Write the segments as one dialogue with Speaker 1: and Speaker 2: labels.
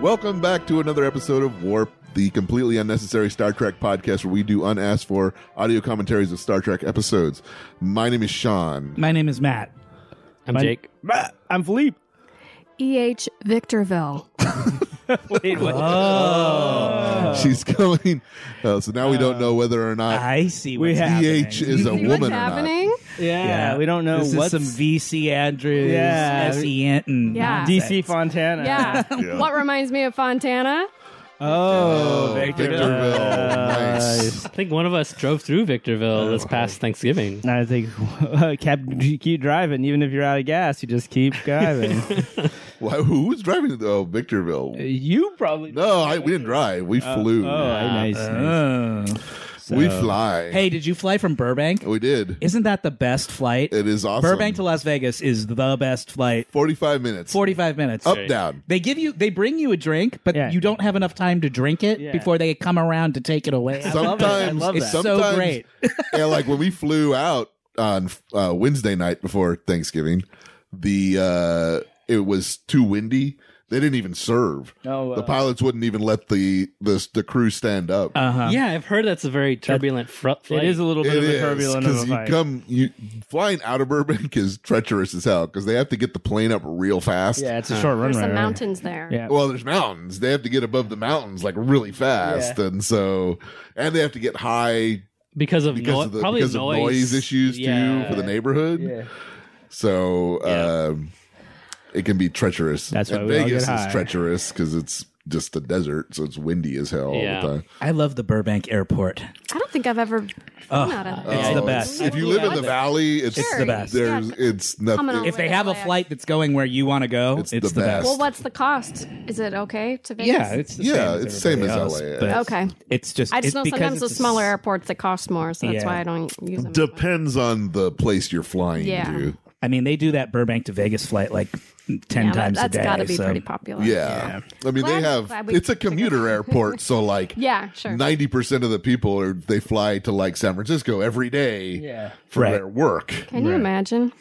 Speaker 1: Welcome back to another episode of Warp, the completely unnecessary Star Trek podcast where we do unasked for audio commentaries of Star Trek episodes. My name is Sean.
Speaker 2: My name is Matt.
Speaker 3: I'm
Speaker 2: My-
Speaker 3: Jake.
Speaker 4: I'm Philippe.
Speaker 5: E.H. Victorville.
Speaker 3: Wait, what?
Speaker 2: Oh,
Speaker 1: She's coming. Uh, so now we don't know whether or not
Speaker 2: I see
Speaker 4: We
Speaker 2: what's
Speaker 4: have-
Speaker 2: happening.
Speaker 1: EH is a
Speaker 5: See
Speaker 1: woman or
Speaker 5: what's
Speaker 1: not.
Speaker 5: happening?
Speaker 3: Yeah,
Speaker 2: Yeah.
Speaker 3: we don't know
Speaker 2: This
Speaker 3: what's
Speaker 2: is some VC Andrews,
Speaker 4: Yeah.
Speaker 2: S.E. Anton.
Speaker 5: Yeah.
Speaker 2: nonsense.
Speaker 3: DC Fontana.
Speaker 5: Yeah. What reminds me of Fontana?
Speaker 3: Oh,
Speaker 1: Victorville. Nice.
Speaker 3: I think one of us drove through
Speaker 1: Oh,
Speaker 3: Victorville this past Thanksgiving.
Speaker 4: I think keep, keep driving, even if you're out of gas, you just keep driving.
Speaker 1: Why, who was driving? the- Oh, Victorville.
Speaker 3: You probably
Speaker 1: No, I, we didn't drive. We flew.
Speaker 4: oh, nice. nice.
Speaker 2: Oh.
Speaker 1: we fly.
Speaker 2: Hey, did you fly from Burbank?
Speaker 1: We did.
Speaker 2: Isn't that the best flight?
Speaker 1: It is awesome.
Speaker 2: Burbank to Las Vegas is the best flight.
Speaker 1: 45 minutes.
Speaker 2: 45 minutes.
Speaker 1: Up, down.
Speaker 2: They give you they bring you a drink, but
Speaker 4: Yeah.
Speaker 2: you don't have enough time to drink it
Speaker 4: Yeah.
Speaker 2: before they come around to take it away.
Speaker 1: Sometimes,
Speaker 2: love that. It's so
Speaker 1: sometimes-
Speaker 2: great.
Speaker 1: yeah, like when we flew out on uh, Wednesday night before Thanksgiving, the uh, it was too windy. They didn't even serve.
Speaker 4: Oh, wow.
Speaker 1: the pilots wouldn't even let the the, the crew stand up.
Speaker 2: Uh-huh.
Speaker 3: Yeah, I've heard that's a very turbulent fr- flight.
Speaker 4: It is a little bit
Speaker 1: It
Speaker 4: of a
Speaker 1: is,
Speaker 4: turbulent of a
Speaker 1: you
Speaker 4: fight.
Speaker 1: come you flying out of Burbank is treacherous as hell because they have to get the plane up real fast.
Speaker 4: yeah, it's a short run.
Speaker 5: There's
Speaker 4: right?
Speaker 5: some mountains there.
Speaker 4: Yeah.
Speaker 1: Well, there's mountains. They have to get above the mountains like really fast, and so and they have to get high
Speaker 3: because of,
Speaker 1: because
Speaker 3: no-
Speaker 1: of the
Speaker 3: probably
Speaker 1: because
Speaker 3: noise.
Speaker 1: of noise issues
Speaker 3: Yeah.
Speaker 1: too for the neighborhood. So
Speaker 3: Yeah.
Speaker 1: um, it can be treacherous.
Speaker 4: That's why
Speaker 1: and
Speaker 4: we all
Speaker 1: Vegas
Speaker 4: get high.
Speaker 1: is treacherous because it's just the desert, so it's windy as hell
Speaker 3: Yeah.
Speaker 1: all the time.
Speaker 2: I love the Burbank airport.
Speaker 5: I don't think I've ever flown out of
Speaker 2: It's
Speaker 5: there.
Speaker 2: the best.
Speaker 1: If you live in
Speaker 2: Yeah.
Speaker 1: the valley, it's,
Speaker 2: It's the best.
Speaker 1: There's
Speaker 5: Yeah.
Speaker 1: it's
Speaker 5: I'm gonna
Speaker 1: nothing.
Speaker 2: If
Speaker 5: Where
Speaker 2: they
Speaker 5: the
Speaker 2: have a
Speaker 5: flag-
Speaker 2: flight that's going where you want to go, it's, the, best.
Speaker 5: Well, what's the cost? Is it okay to Vegas?
Speaker 2: Yeah, it's the
Speaker 1: Yeah,
Speaker 2: same as
Speaker 1: it's same
Speaker 2: everybody
Speaker 1: as
Speaker 2: else,
Speaker 1: LA,
Speaker 2: but
Speaker 1: yeah.
Speaker 5: Okay.
Speaker 2: It's just
Speaker 5: I just
Speaker 2: it's
Speaker 5: know
Speaker 2: because
Speaker 5: sometimes the
Speaker 2: it's a
Speaker 5: smaller
Speaker 2: s-
Speaker 5: airports that cost more, so that's
Speaker 2: Yeah.
Speaker 5: why I don't use them. as much.
Speaker 1: Depends on the place you're flying
Speaker 5: Yeah.
Speaker 1: to.
Speaker 2: I mean, they do that Burbank to Vegas flight like ten
Speaker 5: Yeah, that-
Speaker 2: times a day.
Speaker 5: That's got to be
Speaker 2: so-
Speaker 5: pretty popular.
Speaker 1: Yeah. I mean,
Speaker 5: Glad-
Speaker 1: they have,
Speaker 5: glad we
Speaker 1: it's a
Speaker 5: figured
Speaker 1: commuter airport. So, like,
Speaker 5: Yeah, sure.
Speaker 1: 90% of the people are, they fly to like San Francisco every day
Speaker 4: Yeah.
Speaker 1: for
Speaker 2: Right.
Speaker 1: their work.
Speaker 5: Can you imagine?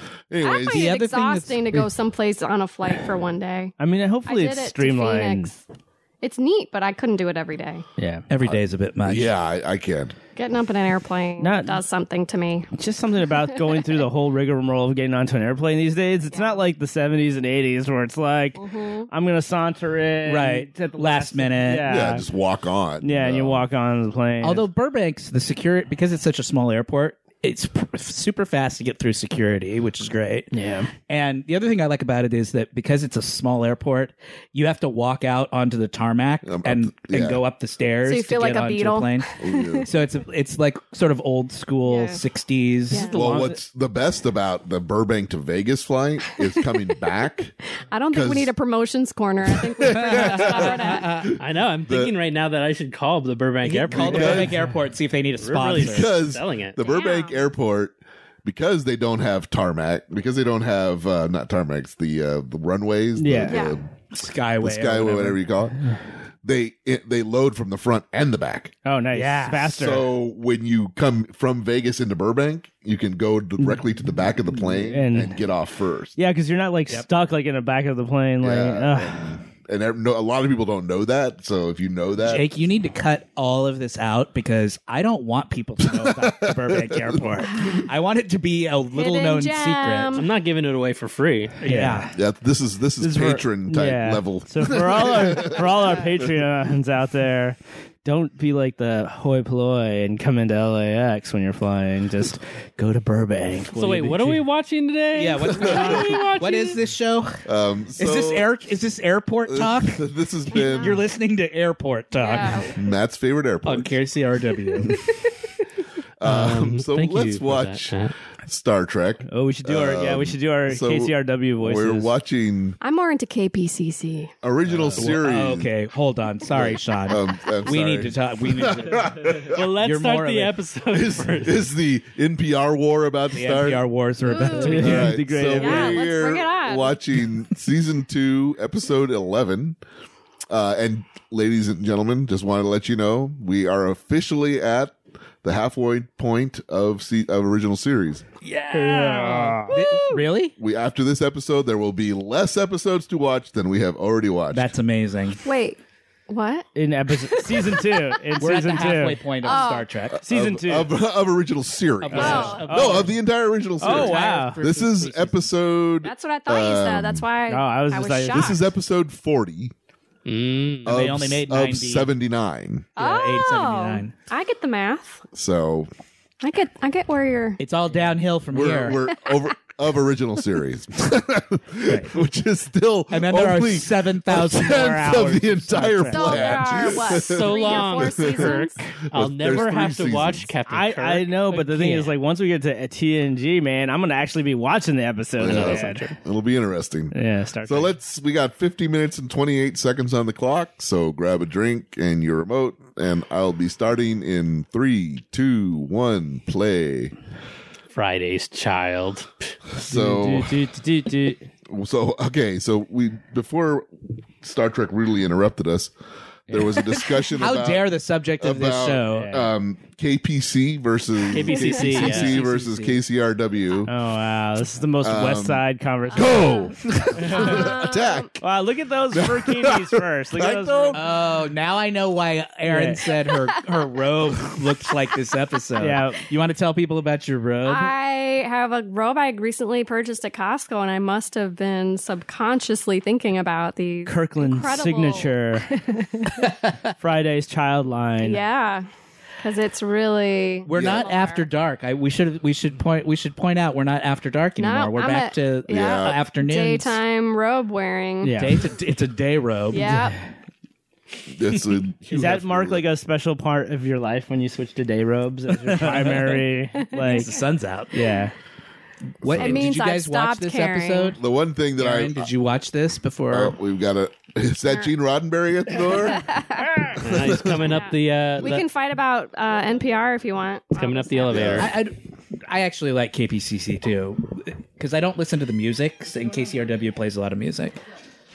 Speaker 5: I
Speaker 1: Anyways,
Speaker 2: other
Speaker 5: find it
Speaker 2: thing that's-
Speaker 5: exhausting to go someplace on a flight for one day.
Speaker 4: I mean,
Speaker 5: I
Speaker 4: hopefully
Speaker 5: did
Speaker 4: it's
Speaker 5: it to
Speaker 4: streamlined.
Speaker 5: Phoenix. It's neat, but I couldn't do it every day.
Speaker 4: Yeah.
Speaker 2: Every day's a bit much.
Speaker 1: yeah, I, I can.
Speaker 5: Getting up in an airplane
Speaker 4: Not-
Speaker 5: does something to me.
Speaker 4: Just something about going through the whole rigmarole of getting onto an airplane these days. It's not like the 70s and 80s where it's like,
Speaker 5: Mm-hmm.
Speaker 4: I'm going to saunter in.
Speaker 2: Right.
Speaker 4: at the
Speaker 2: Last minute.
Speaker 4: Yeah.
Speaker 1: Yeah,
Speaker 4: Yeah,
Speaker 1: just walk on.
Speaker 4: and you walk on the plane.
Speaker 2: Although Burbank's the security because it's such a small airport, it's pr- super fast to get through security, which is great.
Speaker 4: Yeah.
Speaker 2: And the other thing I like about it is that because it's a small airport, you have to walk out onto the tarmac
Speaker 1: Um, up
Speaker 2: and,
Speaker 1: the- yeah.
Speaker 2: and go up the stairs.
Speaker 5: So you
Speaker 2: to
Speaker 5: feel
Speaker 2: get
Speaker 5: like a
Speaker 2: onto the
Speaker 5: beetle?
Speaker 2: plane.
Speaker 1: Ooh.
Speaker 2: so it's a, it's like sort of old school
Speaker 5: Yeah.
Speaker 2: '60s.
Speaker 5: Yeah.
Speaker 1: Well,
Speaker 4: long-
Speaker 1: what's the best about the Burbank to Vegas flight is coming back.
Speaker 5: I don't think
Speaker 1: 'Cause-
Speaker 5: we need a promotions corner. I think we pretty much covered it.
Speaker 3: I know. I'm thinking right now that I should call the Burbank
Speaker 2: Call
Speaker 3: Airport.
Speaker 2: the
Speaker 1: Because-
Speaker 2: Burbank Airport, see if they need a
Speaker 3: We're really
Speaker 2: sponsor.
Speaker 1: because
Speaker 3: selling it.
Speaker 1: the Burbank
Speaker 5: Damn.
Speaker 1: Airport, because they don't have tarmac, because they don't have uh, not tarmacs, the uh, the runways, the-
Speaker 4: Yeah.
Speaker 1: the,
Speaker 5: Yeah.
Speaker 2: Skyway,
Speaker 1: the
Speaker 2: or
Speaker 1: skyway, whatever. you call it. They it, they load from the front and the back.
Speaker 4: Oh, nice.
Speaker 2: Yeah.
Speaker 4: Faster.
Speaker 1: So when you come from Vegas into Burbank, you can go directly to the back of the plane and,
Speaker 4: And-
Speaker 1: get off first.
Speaker 4: yeah, because you're not like stuck like in the back of the plane. Like,
Speaker 1: Yeah.
Speaker 4: ugh.
Speaker 1: And there- no, a lot of people don't know that. So if you know that,
Speaker 2: Jake, you need to cut all of this out because I don't want people to know about the Burbank Airport. I want it to be a little
Speaker 5: Hidden
Speaker 2: known
Speaker 5: gem.
Speaker 2: secret.
Speaker 3: I'm not giving it away for free.
Speaker 2: Yeah.
Speaker 1: yeah, this is this is
Speaker 4: This is for-
Speaker 1: patron type
Speaker 4: yeah.
Speaker 1: level.
Speaker 4: So for all our for all our Patreons out there, don't be like the hoi polloi and come into LAX when you're flying. Just go to Burbank.
Speaker 3: So wait, what are we watching today?
Speaker 2: Yeah, what's going on? what is this show?
Speaker 1: Um,
Speaker 2: is this
Speaker 1: so-
Speaker 2: air is this airport talk?
Speaker 1: this um, has been
Speaker 2: You're Oh, listening to airport talk.
Speaker 5: Yeah.
Speaker 1: Matt's favorite airport.
Speaker 2: On KCRW.
Speaker 1: Um, so
Speaker 3: Thank you
Speaker 1: let's
Speaker 3: for
Speaker 1: watch
Speaker 3: that, Matt.
Speaker 1: Star Trek.
Speaker 4: Oh, we should do our yeah, we should do our
Speaker 1: Um, so
Speaker 4: KCRW voices.
Speaker 1: We're watching
Speaker 5: I'm more into KPCC.
Speaker 1: original series.
Speaker 2: okay, hold on. Sorry, Sean.
Speaker 1: Um, I'm
Speaker 2: we
Speaker 1: sorry.
Speaker 2: need to talk. We need to,
Speaker 3: Well, let's
Speaker 2: You're more
Speaker 3: start
Speaker 2: of
Speaker 3: the
Speaker 2: a-
Speaker 3: episode
Speaker 1: Is,
Speaker 3: first.
Speaker 1: is the NPR war about to
Speaker 2: the
Speaker 1: start?
Speaker 2: NPR wars are about to
Speaker 5: Ooh.
Speaker 1: All
Speaker 2: begin.
Speaker 1: right,
Speaker 4: Degrade
Speaker 1: so
Speaker 4: it.
Speaker 5: Yeah, let's
Speaker 1: we're
Speaker 5: bring it on.
Speaker 1: watching season two, episode eleven. Uh, and ladies and gentlemen, just wanted to let you know we are officially at the halfway point of se- of original series.
Speaker 2: really?
Speaker 1: We after this episode, there will be less episodes to watch than we have already watched.
Speaker 2: That's amazing.
Speaker 5: Wait, what?
Speaker 4: in episode season two. In
Speaker 2: We're at the
Speaker 4: season
Speaker 2: halfway
Speaker 4: two.
Speaker 2: point of
Speaker 3: Oh.
Speaker 2: Star Trek.
Speaker 4: Season two.
Speaker 1: of, of original series.
Speaker 5: Oh.
Speaker 1: No, of the entire original series.
Speaker 4: wow.
Speaker 1: This is episode.
Speaker 5: That's what I thought you said. That's why I,
Speaker 4: no, I was
Speaker 5: I
Speaker 4: just
Speaker 5: was
Speaker 4: like, this
Speaker 5: shocked.
Speaker 1: This is episode forty.
Speaker 3: Mm.
Speaker 1: Of,
Speaker 2: they only made 90.
Speaker 1: seventy nine.
Speaker 2: Yeah,
Speaker 5: oh,
Speaker 2: 879.
Speaker 5: I get the math.
Speaker 1: So
Speaker 5: I get I get where you're.
Speaker 2: It's all downhill from
Speaker 1: we're
Speaker 2: here.
Speaker 1: we're over of original series, which is still
Speaker 2: and then there are
Speaker 1: only
Speaker 2: 7,000 more
Speaker 1: tenth
Speaker 2: hours.
Speaker 1: of the entire
Speaker 5: So there are
Speaker 1: plan.
Speaker 5: what
Speaker 3: So
Speaker 5: three
Speaker 3: long,
Speaker 5: or four seasons.
Speaker 3: I'll
Speaker 1: There's
Speaker 3: never
Speaker 1: three
Speaker 3: have to watch
Speaker 1: seasons.
Speaker 3: Captain
Speaker 4: I,
Speaker 3: Kirk.
Speaker 4: I know, but the thing is, like, once we get to TNG, man, I'm gonna actually be watching the episode.
Speaker 1: Yeah.
Speaker 4: Yeah,
Speaker 1: It'll be interesting.
Speaker 4: yeah start.
Speaker 1: So let's. We got 50 minutes and 28 seconds on the clock. So grab a drink and your remote, and I'll be starting in three, two, one, play.
Speaker 3: Friday's Child.
Speaker 1: So, so okay. So we before Star Trek rudely interrupted us. There was a discussion.
Speaker 2: How
Speaker 1: about,
Speaker 2: dare the subject of
Speaker 1: about,
Speaker 2: this show?
Speaker 1: Um, KPC versus
Speaker 3: KPCC, yeah.
Speaker 1: KPCC versus KCRW.
Speaker 4: Oh wow, this is the most
Speaker 1: Um,
Speaker 4: West Side conversation.
Speaker 2: Uh,
Speaker 1: Go attack.
Speaker 4: Wow, look at those bikinis first. Look
Speaker 1: I
Speaker 4: at those.
Speaker 1: know.
Speaker 2: Oh, now I know why Erin
Speaker 4: Yeah.
Speaker 2: said her, her robe looks like this episode.
Speaker 4: Yeah.
Speaker 2: You want to tell people about your robe?
Speaker 5: I have a robe I recently purchased at Costco, and I must have been subconsciously thinking about the
Speaker 4: Kirkland
Speaker 5: incredible-
Speaker 4: signature Friday's Child line.
Speaker 5: Yeah, because it's really
Speaker 2: We're
Speaker 1: Yeah.
Speaker 2: not after dark. I we should we should point we should point out we're not after dark
Speaker 5: No,
Speaker 2: anymore. we're
Speaker 5: I'm
Speaker 2: back
Speaker 5: a-
Speaker 2: to
Speaker 5: yeah. Yeah.
Speaker 2: afternoons.
Speaker 5: daytime robe wearing.
Speaker 4: Yeah.
Speaker 2: Day- it's, a, it's a day robe.
Speaker 5: Yep.
Speaker 1: That's a
Speaker 4: Is that mark like a special part of your life when you switch to day robes as your primary like
Speaker 2: The sun's out.
Speaker 4: yeah.
Speaker 2: What
Speaker 5: It
Speaker 2: did
Speaker 5: means
Speaker 2: you
Speaker 5: I've
Speaker 2: guys watch
Speaker 5: stopped
Speaker 2: this
Speaker 5: caring.
Speaker 2: episode?
Speaker 1: the one thing that
Speaker 2: Aaron,
Speaker 1: I
Speaker 2: did you watch this before?
Speaker 1: Oh, we've got a. Is that Gene Roddenberry at the door?
Speaker 3: Uh, he's coming up the. Uh,
Speaker 5: We
Speaker 3: the-
Speaker 5: can fight about uh, NPR if you want. Um,
Speaker 3: coming up the elevator.
Speaker 2: I, I I actually like KPCC too because I don't listen to the music. And KCRW plays a lot of music.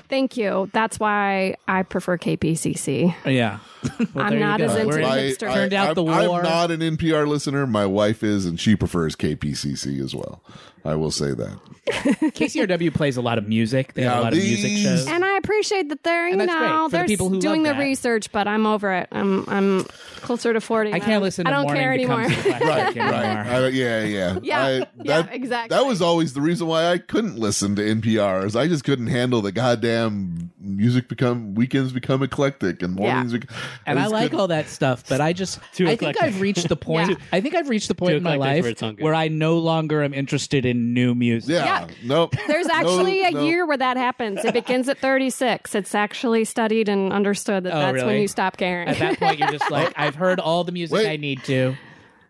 Speaker 5: Thank you. That's why I prefer KPCC.
Speaker 2: Yeah, Well, there
Speaker 5: I'm
Speaker 2: you
Speaker 5: not
Speaker 2: go.
Speaker 5: as into
Speaker 2: We're
Speaker 5: the
Speaker 2: in-
Speaker 5: hipster.
Speaker 2: Turned out
Speaker 1: I'm,
Speaker 2: the war.
Speaker 1: I'm not an NPR listener. My wife is, and she prefers KPCC as well. I will say that.
Speaker 2: KCRW plays a lot of music. They have
Speaker 1: Now
Speaker 2: a lot of music
Speaker 1: these-
Speaker 2: shows.
Speaker 5: and I appreciate that they're you
Speaker 2: And that's great
Speaker 5: know
Speaker 2: for the
Speaker 5: they're
Speaker 2: people who
Speaker 5: s- doing
Speaker 2: love
Speaker 5: the
Speaker 2: that.
Speaker 5: research, but I'm over it. I'm I'm closer to forty.
Speaker 2: I
Speaker 5: now.
Speaker 2: can't listen.
Speaker 5: I
Speaker 2: to
Speaker 5: don't
Speaker 2: morning
Speaker 5: care anymore.
Speaker 2: becomes the Black Jack anymore.
Speaker 1: I, yeah, yeah,
Speaker 5: Yeah,
Speaker 1: I,
Speaker 5: yeah, exactly.
Speaker 1: That was always the reason why I couldn't listen to NPR. Is I just couldn't handle the goddamn music become weekends become eclectic and
Speaker 5: Yeah.
Speaker 1: mornings. bec-
Speaker 2: and I
Speaker 1: just
Speaker 2: like
Speaker 1: couldn't-
Speaker 2: all that stuff, but I just
Speaker 3: Too
Speaker 2: I think
Speaker 3: eclectic.
Speaker 2: I've reached the point.
Speaker 5: Yeah.
Speaker 2: I think I've reached the point
Speaker 3: Too
Speaker 2: in my
Speaker 3: eclectic
Speaker 2: life
Speaker 3: where it's not good.
Speaker 2: where I no longer am interested in new music.
Speaker 1: Yeah,
Speaker 5: Yeah.
Speaker 1: nope.
Speaker 5: There's actually
Speaker 1: No,
Speaker 5: a
Speaker 1: no.
Speaker 5: year where that happens. It begins at 36. It's actually studied and understood that
Speaker 2: Oh,
Speaker 5: that's
Speaker 2: really?
Speaker 5: when you stop caring.
Speaker 2: At that point, you're just like, I've heard all the music
Speaker 1: Wait.
Speaker 2: I need to.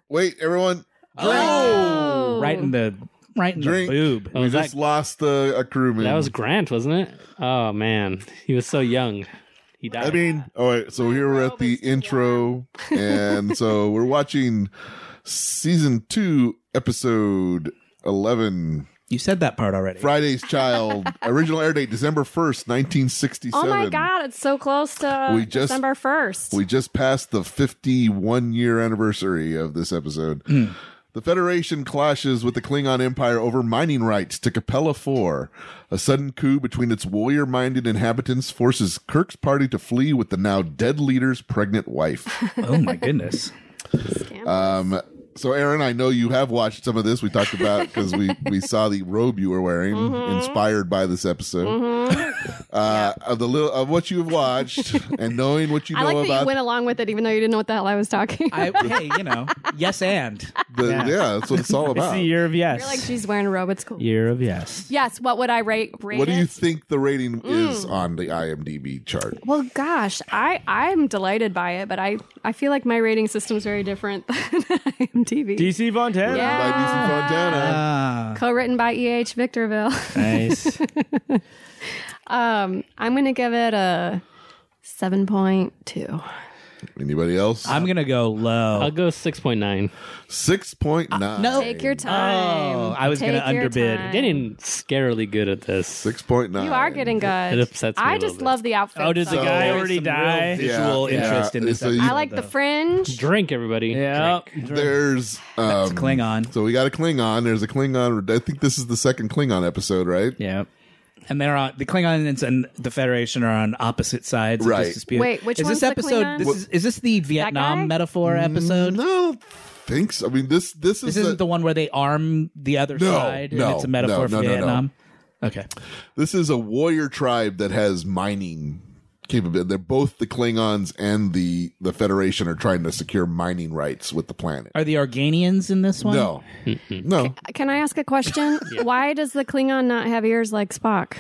Speaker 1: Wait, everyone.
Speaker 5: Oh.
Speaker 2: right in the right in
Speaker 1: Drink.
Speaker 2: the boob.
Speaker 3: Oh,
Speaker 1: We
Speaker 3: was that-
Speaker 1: just lost uh, a crewman.
Speaker 3: that was Grant, wasn't it? Oh man, he was so young. He died.
Speaker 1: I mean, all right. So here we're at the intro, and so we're watching season two, episode eleven,
Speaker 2: You said that part already.
Speaker 1: Friday's Child. original air date December first, nineteen sixty-seven.
Speaker 5: oh my God, it's so close to
Speaker 1: We just-
Speaker 5: December 1st.
Speaker 1: We just passed the fifty-one year anniversary of this episode. The Federation clashes with the Klingon Empire over mining rights to Capella 4. A sudden coup between its warrior minded inhabitants forces Kirk's party to flee with the now dead leader's pregnant wife.
Speaker 2: Oh my goodness.
Speaker 1: Um, so, Aaron, I know you have watched some of this. We talked about because we we saw the robe you were wearing,
Speaker 5: Mm-hmm.
Speaker 1: inspired by this episode. Uh, Of the little of what you've watched and knowing what you
Speaker 5: I
Speaker 1: know
Speaker 5: like that you
Speaker 1: about
Speaker 5: went along with it, even though you didn't know what the hell I was talking.
Speaker 2: I, hey, you know, yes, and
Speaker 1: the yeah. that's what it's all
Speaker 4: It's
Speaker 1: about.
Speaker 4: the year of yes.
Speaker 5: You're like, she's wearing a robe. It's cool.
Speaker 4: year of yes.
Speaker 5: Yes. What would I rate? rate
Speaker 1: What do you
Speaker 5: it?
Speaker 1: think the rating
Speaker 5: Mm.
Speaker 1: is on the IMDb chart?
Speaker 5: Well, gosh, I I'm delighted by it, but I I feel like my rating system's very different than IMDb.
Speaker 4: DC Fontana.
Speaker 5: Yeah.
Speaker 1: By DC Fontana.
Speaker 2: uh,
Speaker 5: Co-written by E. H. Victorville.
Speaker 4: Nice.
Speaker 5: Um, I'm gonna give it a seven point two.
Speaker 1: Anybody else?
Speaker 2: I'm gonna go
Speaker 3: I'll
Speaker 2: low.
Speaker 3: go six point nine.
Speaker 1: Six point nine.
Speaker 2: no.
Speaker 5: Uh, Take your time.
Speaker 2: Oh, I was
Speaker 5: Take
Speaker 2: gonna
Speaker 5: your
Speaker 2: underbid.
Speaker 5: time.
Speaker 3: Getting scarily good at this.
Speaker 1: Six point nine.
Speaker 5: You are getting good.
Speaker 3: It upsets me a
Speaker 5: I
Speaker 3: little
Speaker 5: just
Speaker 3: bit.
Speaker 5: love the outfit.
Speaker 4: Oh, does the
Speaker 1: So-
Speaker 4: guy already die?
Speaker 1: Yeah,
Speaker 2: Visual
Speaker 1: yeah.
Speaker 2: interest in this.
Speaker 1: So you-
Speaker 2: episode,
Speaker 5: I like the
Speaker 2: though.
Speaker 5: fringe.
Speaker 3: Drink, everybody.
Speaker 4: Yeah.
Speaker 1: There's um,
Speaker 2: It's Klingon,
Speaker 1: So we got a Klingon. There's a Klingon. I think this is the second Klingon episode, right?
Speaker 4: Yeah.
Speaker 2: and they're on the Klingons and the Federation are on opposite sides. Of
Speaker 1: Right.
Speaker 2: this dispute.
Speaker 5: Wait, which
Speaker 2: is
Speaker 5: one's
Speaker 2: this
Speaker 5: the
Speaker 2: episode?
Speaker 5: Klingon?
Speaker 2: This is, is this the
Speaker 5: guy?
Speaker 2: Vietnam metaphor episode?
Speaker 1: Mm, No, I don't think so. I mean, this this is
Speaker 2: This isn't the one where they arm the other
Speaker 1: No,
Speaker 2: side
Speaker 1: no,
Speaker 2: and it's a
Speaker 1: no, no,
Speaker 2: metaphor for
Speaker 1: no, no.
Speaker 2: Vietnam. Okay.
Speaker 1: this is a warrior tribe that has mining capability. They're both the Klingons and the the Federation are trying to secure mining rights with the planet.
Speaker 2: Are the Organians in this one?
Speaker 1: No, no.
Speaker 5: Can I ask a question? Why does the Klingon not have ears like Spock?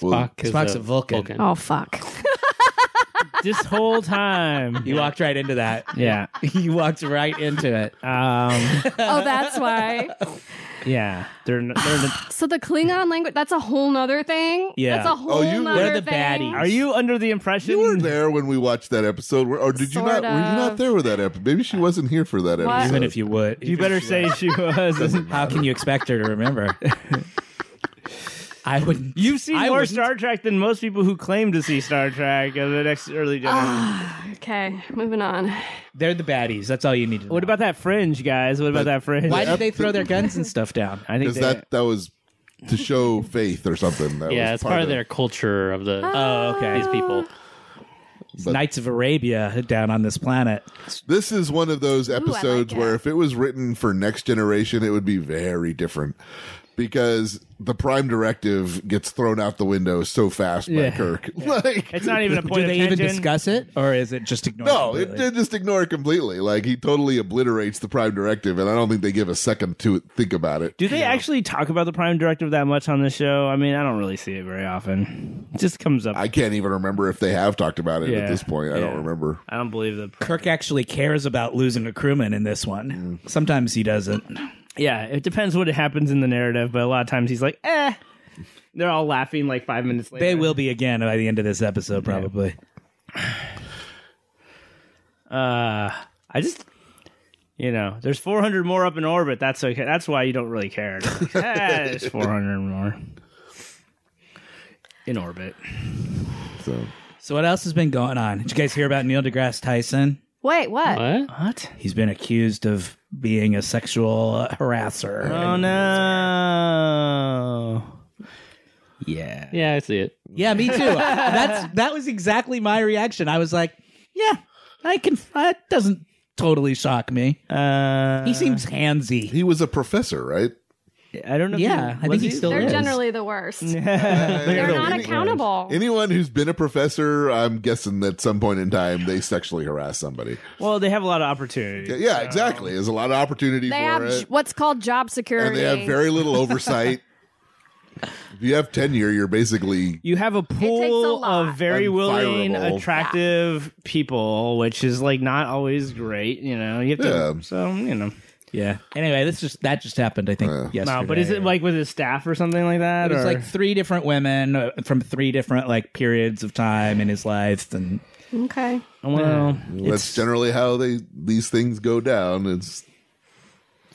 Speaker 1: Well,
Speaker 3: Spock is
Speaker 2: Spock's a Vulcan.
Speaker 5: Oh, fuck.
Speaker 4: This whole time.
Speaker 2: You walked right into that.
Speaker 4: Yeah.
Speaker 2: you walked right into it.
Speaker 4: Um,
Speaker 5: oh, that's why.
Speaker 4: yeah. They're, n- they're n-
Speaker 5: So the Klingon language, that's a whole nother thing?
Speaker 2: Yeah.
Speaker 5: That's a whole
Speaker 1: Oh, you-
Speaker 5: nother
Speaker 2: They're the baddies.
Speaker 5: thing?
Speaker 4: Are you under the impression?
Speaker 1: you were there when we watched that episode, Were- or did you not?
Speaker 5: Sort
Speaker 1: Were you not
Speaker 5: of.
Speaker 1: there with that episode? Maybe she wasn't here for that
Speaker 5: What?
Speaker 1: episode.
Speaker 2: Even if you would.
Speaker 4: You better say she was.
Speaker 2: How can you expect her to remember? I wouldn't.
Speaker 4: You've seen
Speaker 2: I
Speaker 4: more
Speaker 2: wouldn't.
Speaker 4: Star Trek than most people who claim to see Star Trek of the next early generation.
Speaker 5: Okay, moving on.
Speaker 2: They're the baddies. That's all you need to know.
Speaker 4: what about that fringe, guys? What about that fringe?
Speaker 2: Why did they throw their guns and stuff down?
Speaker 4: I think
Speaker 1: because
Speaker 4: they,
Speaker 1: that that was to show faith or something. That
Speaker 3: Yeah,
Speaker 1: was
Speaker 3: it's part, of their culture of the
Speaker 4: Ah.
Speaker 2: Oh, okay.
Speaker 3: these people.
Speaker 1: but-
Speaker 2: Knights of Arabia down on this planet.
Speaker 1: This is one of those episodes
Speaker 5: it.
Speaker 1: where if it was written for next generation, it would be very different because the prime directive gets thrown out the window so fast by Kirk. like
Speaker 4: it's not even a point
Speaker 2: Do
Speaker 4: of
Speaker 2: they even
Speaker 4: tension.
Speaker 2: discuss it, or is it just ignored?
Speaker 1: no, it,
Speaker 2: completely?
Speaker 1: they just ignore it completely. Like he totally obliterates the prime directive, and I don't think they give a second to it, think about it.
Speaker 4: Do they actually talk about the Prime Directive that much on the show? I mean, I don't really see it very often. It just comes up.
Speaker 1: I
Speaker 4: I,
Speaker 1: can't even remember if they have talked about it at
Speaker 4: Yeah.
Speaker 1: this point. I
Speaker 4: Yeah.
Speaker 1: don't remember.
Speaker 4: don't believe the.
Speaker 2: Kirk actually cares about losing a crewman in this one.
Speaker 1: Mm.
Speaker 2: Sometimes he doesn't.
Speaker 4: Yeah, it depends what happens in the narrative, but a lot of times he's like, eh. They're all laughing like five minutes later.
Speaker 2: They will be again by the end of this episode, probably.
Speaker 4: Uh, I just, you know, there's 400 more up in orbit. That's okay. That's why you don't really care. Ah, there's 400 more in orbit.
Speaker 1: So
Speaker 2: So, what else has been going on? Did you guys hear about Neil deGrasse Tyson?
Speaker 5: Wait, what?
Speaker 3: What?
Speaker 4: What?
Speaker 2: He's been accused of being a sexual harasser.
Speaker 4: Oh no. Yeah.
Speaker 3: Yeah, I see it.
Speaker 2: Yeah, me too. That's that was exactly my reaction. I was like, yeah, I can. That doesn't totally shock me.
Speaker 4: Uh,
Speaker 2: He seems handsy.
Speaker 1: he was a professor, right?
Speaker 4: I don't know. if
Speaker 2: Yeah, I
Speaker 4: was
Speaker 2: think he still
Speaker 5: They're
Speaker 2: is.
Speaker 5: generally the worst.
Speaker 1: They're
Speaker 5: They're not accountable.
Speaker 1: Anyone who's been a professor, I'm guessing at some point in time they sexually harass somebody.
Speaker 4: Well, they have a lot of opportunities.
Speaker 1: Yeah, exactly. There's a lot of opportunity
Speaker 5: they
Speaker 1: for
Speaker 5: have j-
Speaker 1: it,
Speaker 5: what's called job security.
Speaker 1: and they have very little oversight. if you have tenure, you're basically
Speaker 4: You have a pool
Speaker 5: lot.
Speaker 4: of very willing,
Speaker 1: Unfireable.
Speaker 4: attractive people, which is like not always great. You know, you have to.
Speaker 1: Yeah.
Speaker 4: So you know.
Speaker 2: Yeah. Anyway, this just that just happened. I think yesterday.
Speaker 4: No, but is it like with his staff or something like that?
Speaker 2: It was
Speaker 4: or-
Speaker 2: like three different women uh, from three different like periods of time in his life, and
Speaker 5: okay.
Speaker 4: well,
Speaker 1: that's generally how they these things go down. It's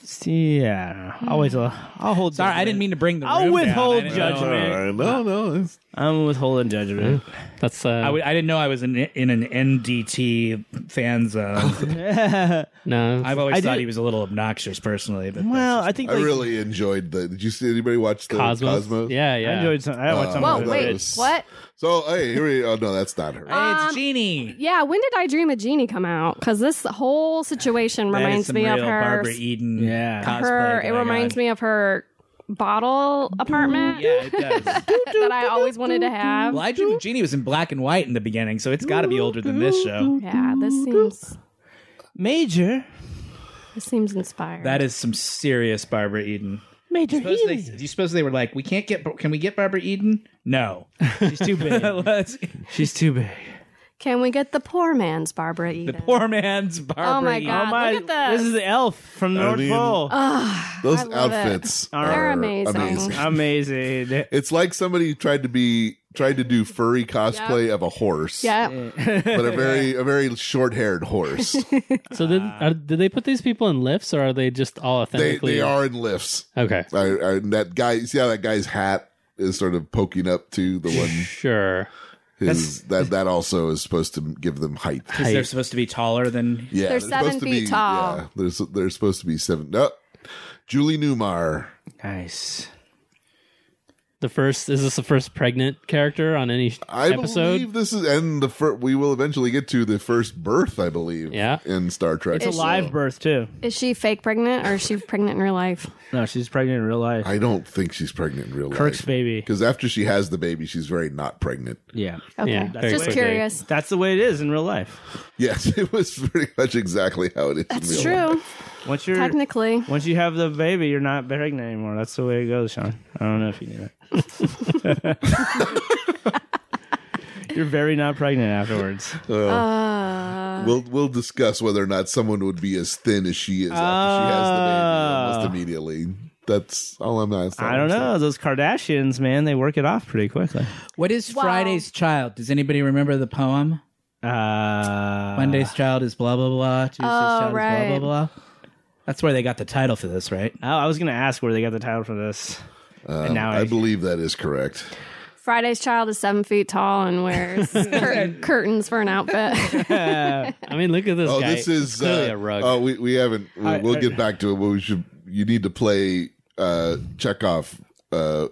Speaker 4: it's- yeah. I don't know. I'll wait till I'll hold.
Speaker 2: sorry,
Speaker 4: judgment.
Speaker 2: I didn't mean to bring the.
Speaker 4: I'll
Speaker 2: room down. I
Speaker 4: withhold
Speaker 2: didn't know-
Speaker 1: all
Speaker 4: judgment.
Speaker 1: right. No, no, it's,
Speaker 4: I'm withholding judgment.
Speaker 3: That's uh,
Speaker 2: I, w- I didn't know I was in, in an NDT fan zone.
Speaker 3: no.
Speaker 2: I've always
Speaker 4: I
Speaker 2: thought
Speaker 4: did-
Speaker 2: he was a little obnoxious personally,
Speaker 5: Um,
Speaker 2: but
Speaker 4: well, I think
Speaker 1: I
Speaker 4: like,
Speaker 1: really enjoyed the. Did you see anybody watch the Cosmos?
Speaker 3: Cosmos. Yeah,
Speaker 4: I
Speaker 3: yeah.
Speaker 4: enjoyed some. I
Speaker 1: Uh,
Speaker 4: watched some
Speaker 5: Whoa,
Speaker 4: of it.
Speaker 5: wait,
Speaker 1: was-
Speaker 5: what?
Speaker 1: So hey, here we. Oh no, that's not her.
Speaker 2: Hey, it's
Speaker 5: Um,
Speaker 2: Jeannie.
Speaker 5: Yeah, when did I Dream a Genie come out? Because this whole situation
Speaker 2: That is
Speaker 5: reminds
Speaker 2: some
Speaker 5: me of
Speaker 2: real
Speaker 5: her.
Speaker 2: Barbara Eden.
Speaker 4: Yeah.
Speaker 2: cosplay
Speaker 5: her it
Speaker 2: going
Speaker 5: reminds
Speaker 2: on.
Speaker 5: me of her bottle apartment
Speaker 2: Yeah, it does.
Speaker 5: that I always wanted to have.
Speaker 2: well, I dreamed Jeannie was in black and white in the beginning, so it's got to be older than this show.
Speaker 5: Yeah, this seems
Speaker 4: Major,
Speaker 5: this seems inspired.
Speaker 2: That is some serious Barbara Eden.
Speaker 4: Major
Speaker 2: Suppose they,
Speaker 4: Healy.
Speaker 2: do you suppose they were like, we can't get, can we get Barbara Eden? No.
Speaker 4: She's too big.
Speaker 2: Let's-
Speaker 4: She's too big.
Speaker 5: Can we get the poor man's Barbara Eden?
Speaker 2: the poor man's Barbara
Speaker 5: oh my
Speaker 2: Eden.
Speaker 5: god!
Speaker 4: My,
Speaker 5: Look at this.
Speaker 4: is the elf from the North
Speaker 1: mean-
Speaker 4: Pole.
Speaker 1: Those
Speaker 5: love it.
Speaker 1: outfits
Speaker 4: They're
Speaker 1: are
Speaker 5: amazing.
Speaker 1: amazing.
Speaker 4: Amazing.
Speaker 1: It's like somebody tried to be tried to do furry cosplay of a horse.
Speaker 5: Yeah.
Speaker 1: But a very a very short haired horse.
Speaker 3: So did are, did they put these people in lifts or are they just all
Speaker 1: they
Speaker 3: authentically?
Speaker 1: they are in lifts.
Speaker 3: Okay.
Speaker 1: I, I, and that guy you see how that guy's hat is sort of poking up to the one
Speaker 3: Sure.
Speaker 1: his that that also is supposed to give them height.
Speaker 2: Because they're supposed to be taller than.
Speaker 1: Yeah,
Speaker 5: They're seven
Speaker 1: supposed to
Speaker 5: feet
Speaker 1: be,
Speaker 5: tall.
Speaker 1: Yeah, they're, su- they're supposed to be seven. No, Julie Newmar.
Speaker 4: Nice.
Speaker 3: The first is this the first pregnant character on any sh-
Speaker 1: I
Speaker 3: episode?
Speaker 1: believe this is, and the fir- we will eventually get to the first birth, I believe.
Speaker 3: Yeah.
Speaker 1: in Star Trek,
Speaker 5: It's a
Speaker 4: Live birth too.
Speaker 5: Is she fake pregnant or is she pregnant in real life?
Speaker 4: No, she's pregnant in real life.
Speaker 1: I don't think she's pregnant in real
Speaker 4: Kirk's
Speaker 1: life.
Speaker 4: baby.
Speaker 1: Because after she has the baby, she's very not pregnant.
Speaker 4: Yeah.
Speaker 5: Okay.
Speaker 3: Yeah, very
Speaker 5: Just
Speaker 3: quickly.
Speaker 5: curious.
Speaker 4: That's the way it is in real life.
Speaker 1: Yes, it was pretty much exactly how it is. in
Speaker 5: That's
Speaker 1: real
Speaker 5: true.
Speaker 1: life.
Speaker 4: Once you're
Speaker 5: Technically.
Speaker 4: once you have the baby, you're not pregnant anymore. That's the way it goes, Sean. I don't know if you knew that. you're very not pregnant afterwards.
Speaker 1: We'll we'll discuss whether or not someone would be as thin as she is after she has the baby almost
Speaker 4: Ah.
Speaker 1: immediately. That's all I'm asking.
Speaker 4: I don't know. Those Kardashians, man, they work it off pretty quickly.
Speaker 2: What is
Speaker 5: Wow.
Speaker 2: Friday's Child? Does anybody remember the poem?
Speaker 4: Uh,
Speaker 2: Monday's Child is blah, blah, blah. Tuesday's
Speaker 5: Oh,
Speaker 2: Child
Speaker 5: right.
Speaker 2: is blah, blah, blah. That's where they got the title for this, right?
Speaker 4: Oh, I was gonna ask where they got the title for this. and now I,
Speaker 1: Um, I believe that is correct.
Speaker 5: Friday's child is seven feet tall and wears cur- curtains for an outfit.
Speaker 3: I mean, look at this
Speaker 1: Oh,
Speaker 3: guy.
Speaker 1: this is
Speaker 3: clearly
Speaker 1: uh,
Speaker 3: a rug.
Speaker 1: Oh, we we haven't. We,
Speaker 4: I-
Speaker 1: we'll
Speaker 4: I-
Speaker 1: get back to it. But we should. You need to play uh, Chekhov uh,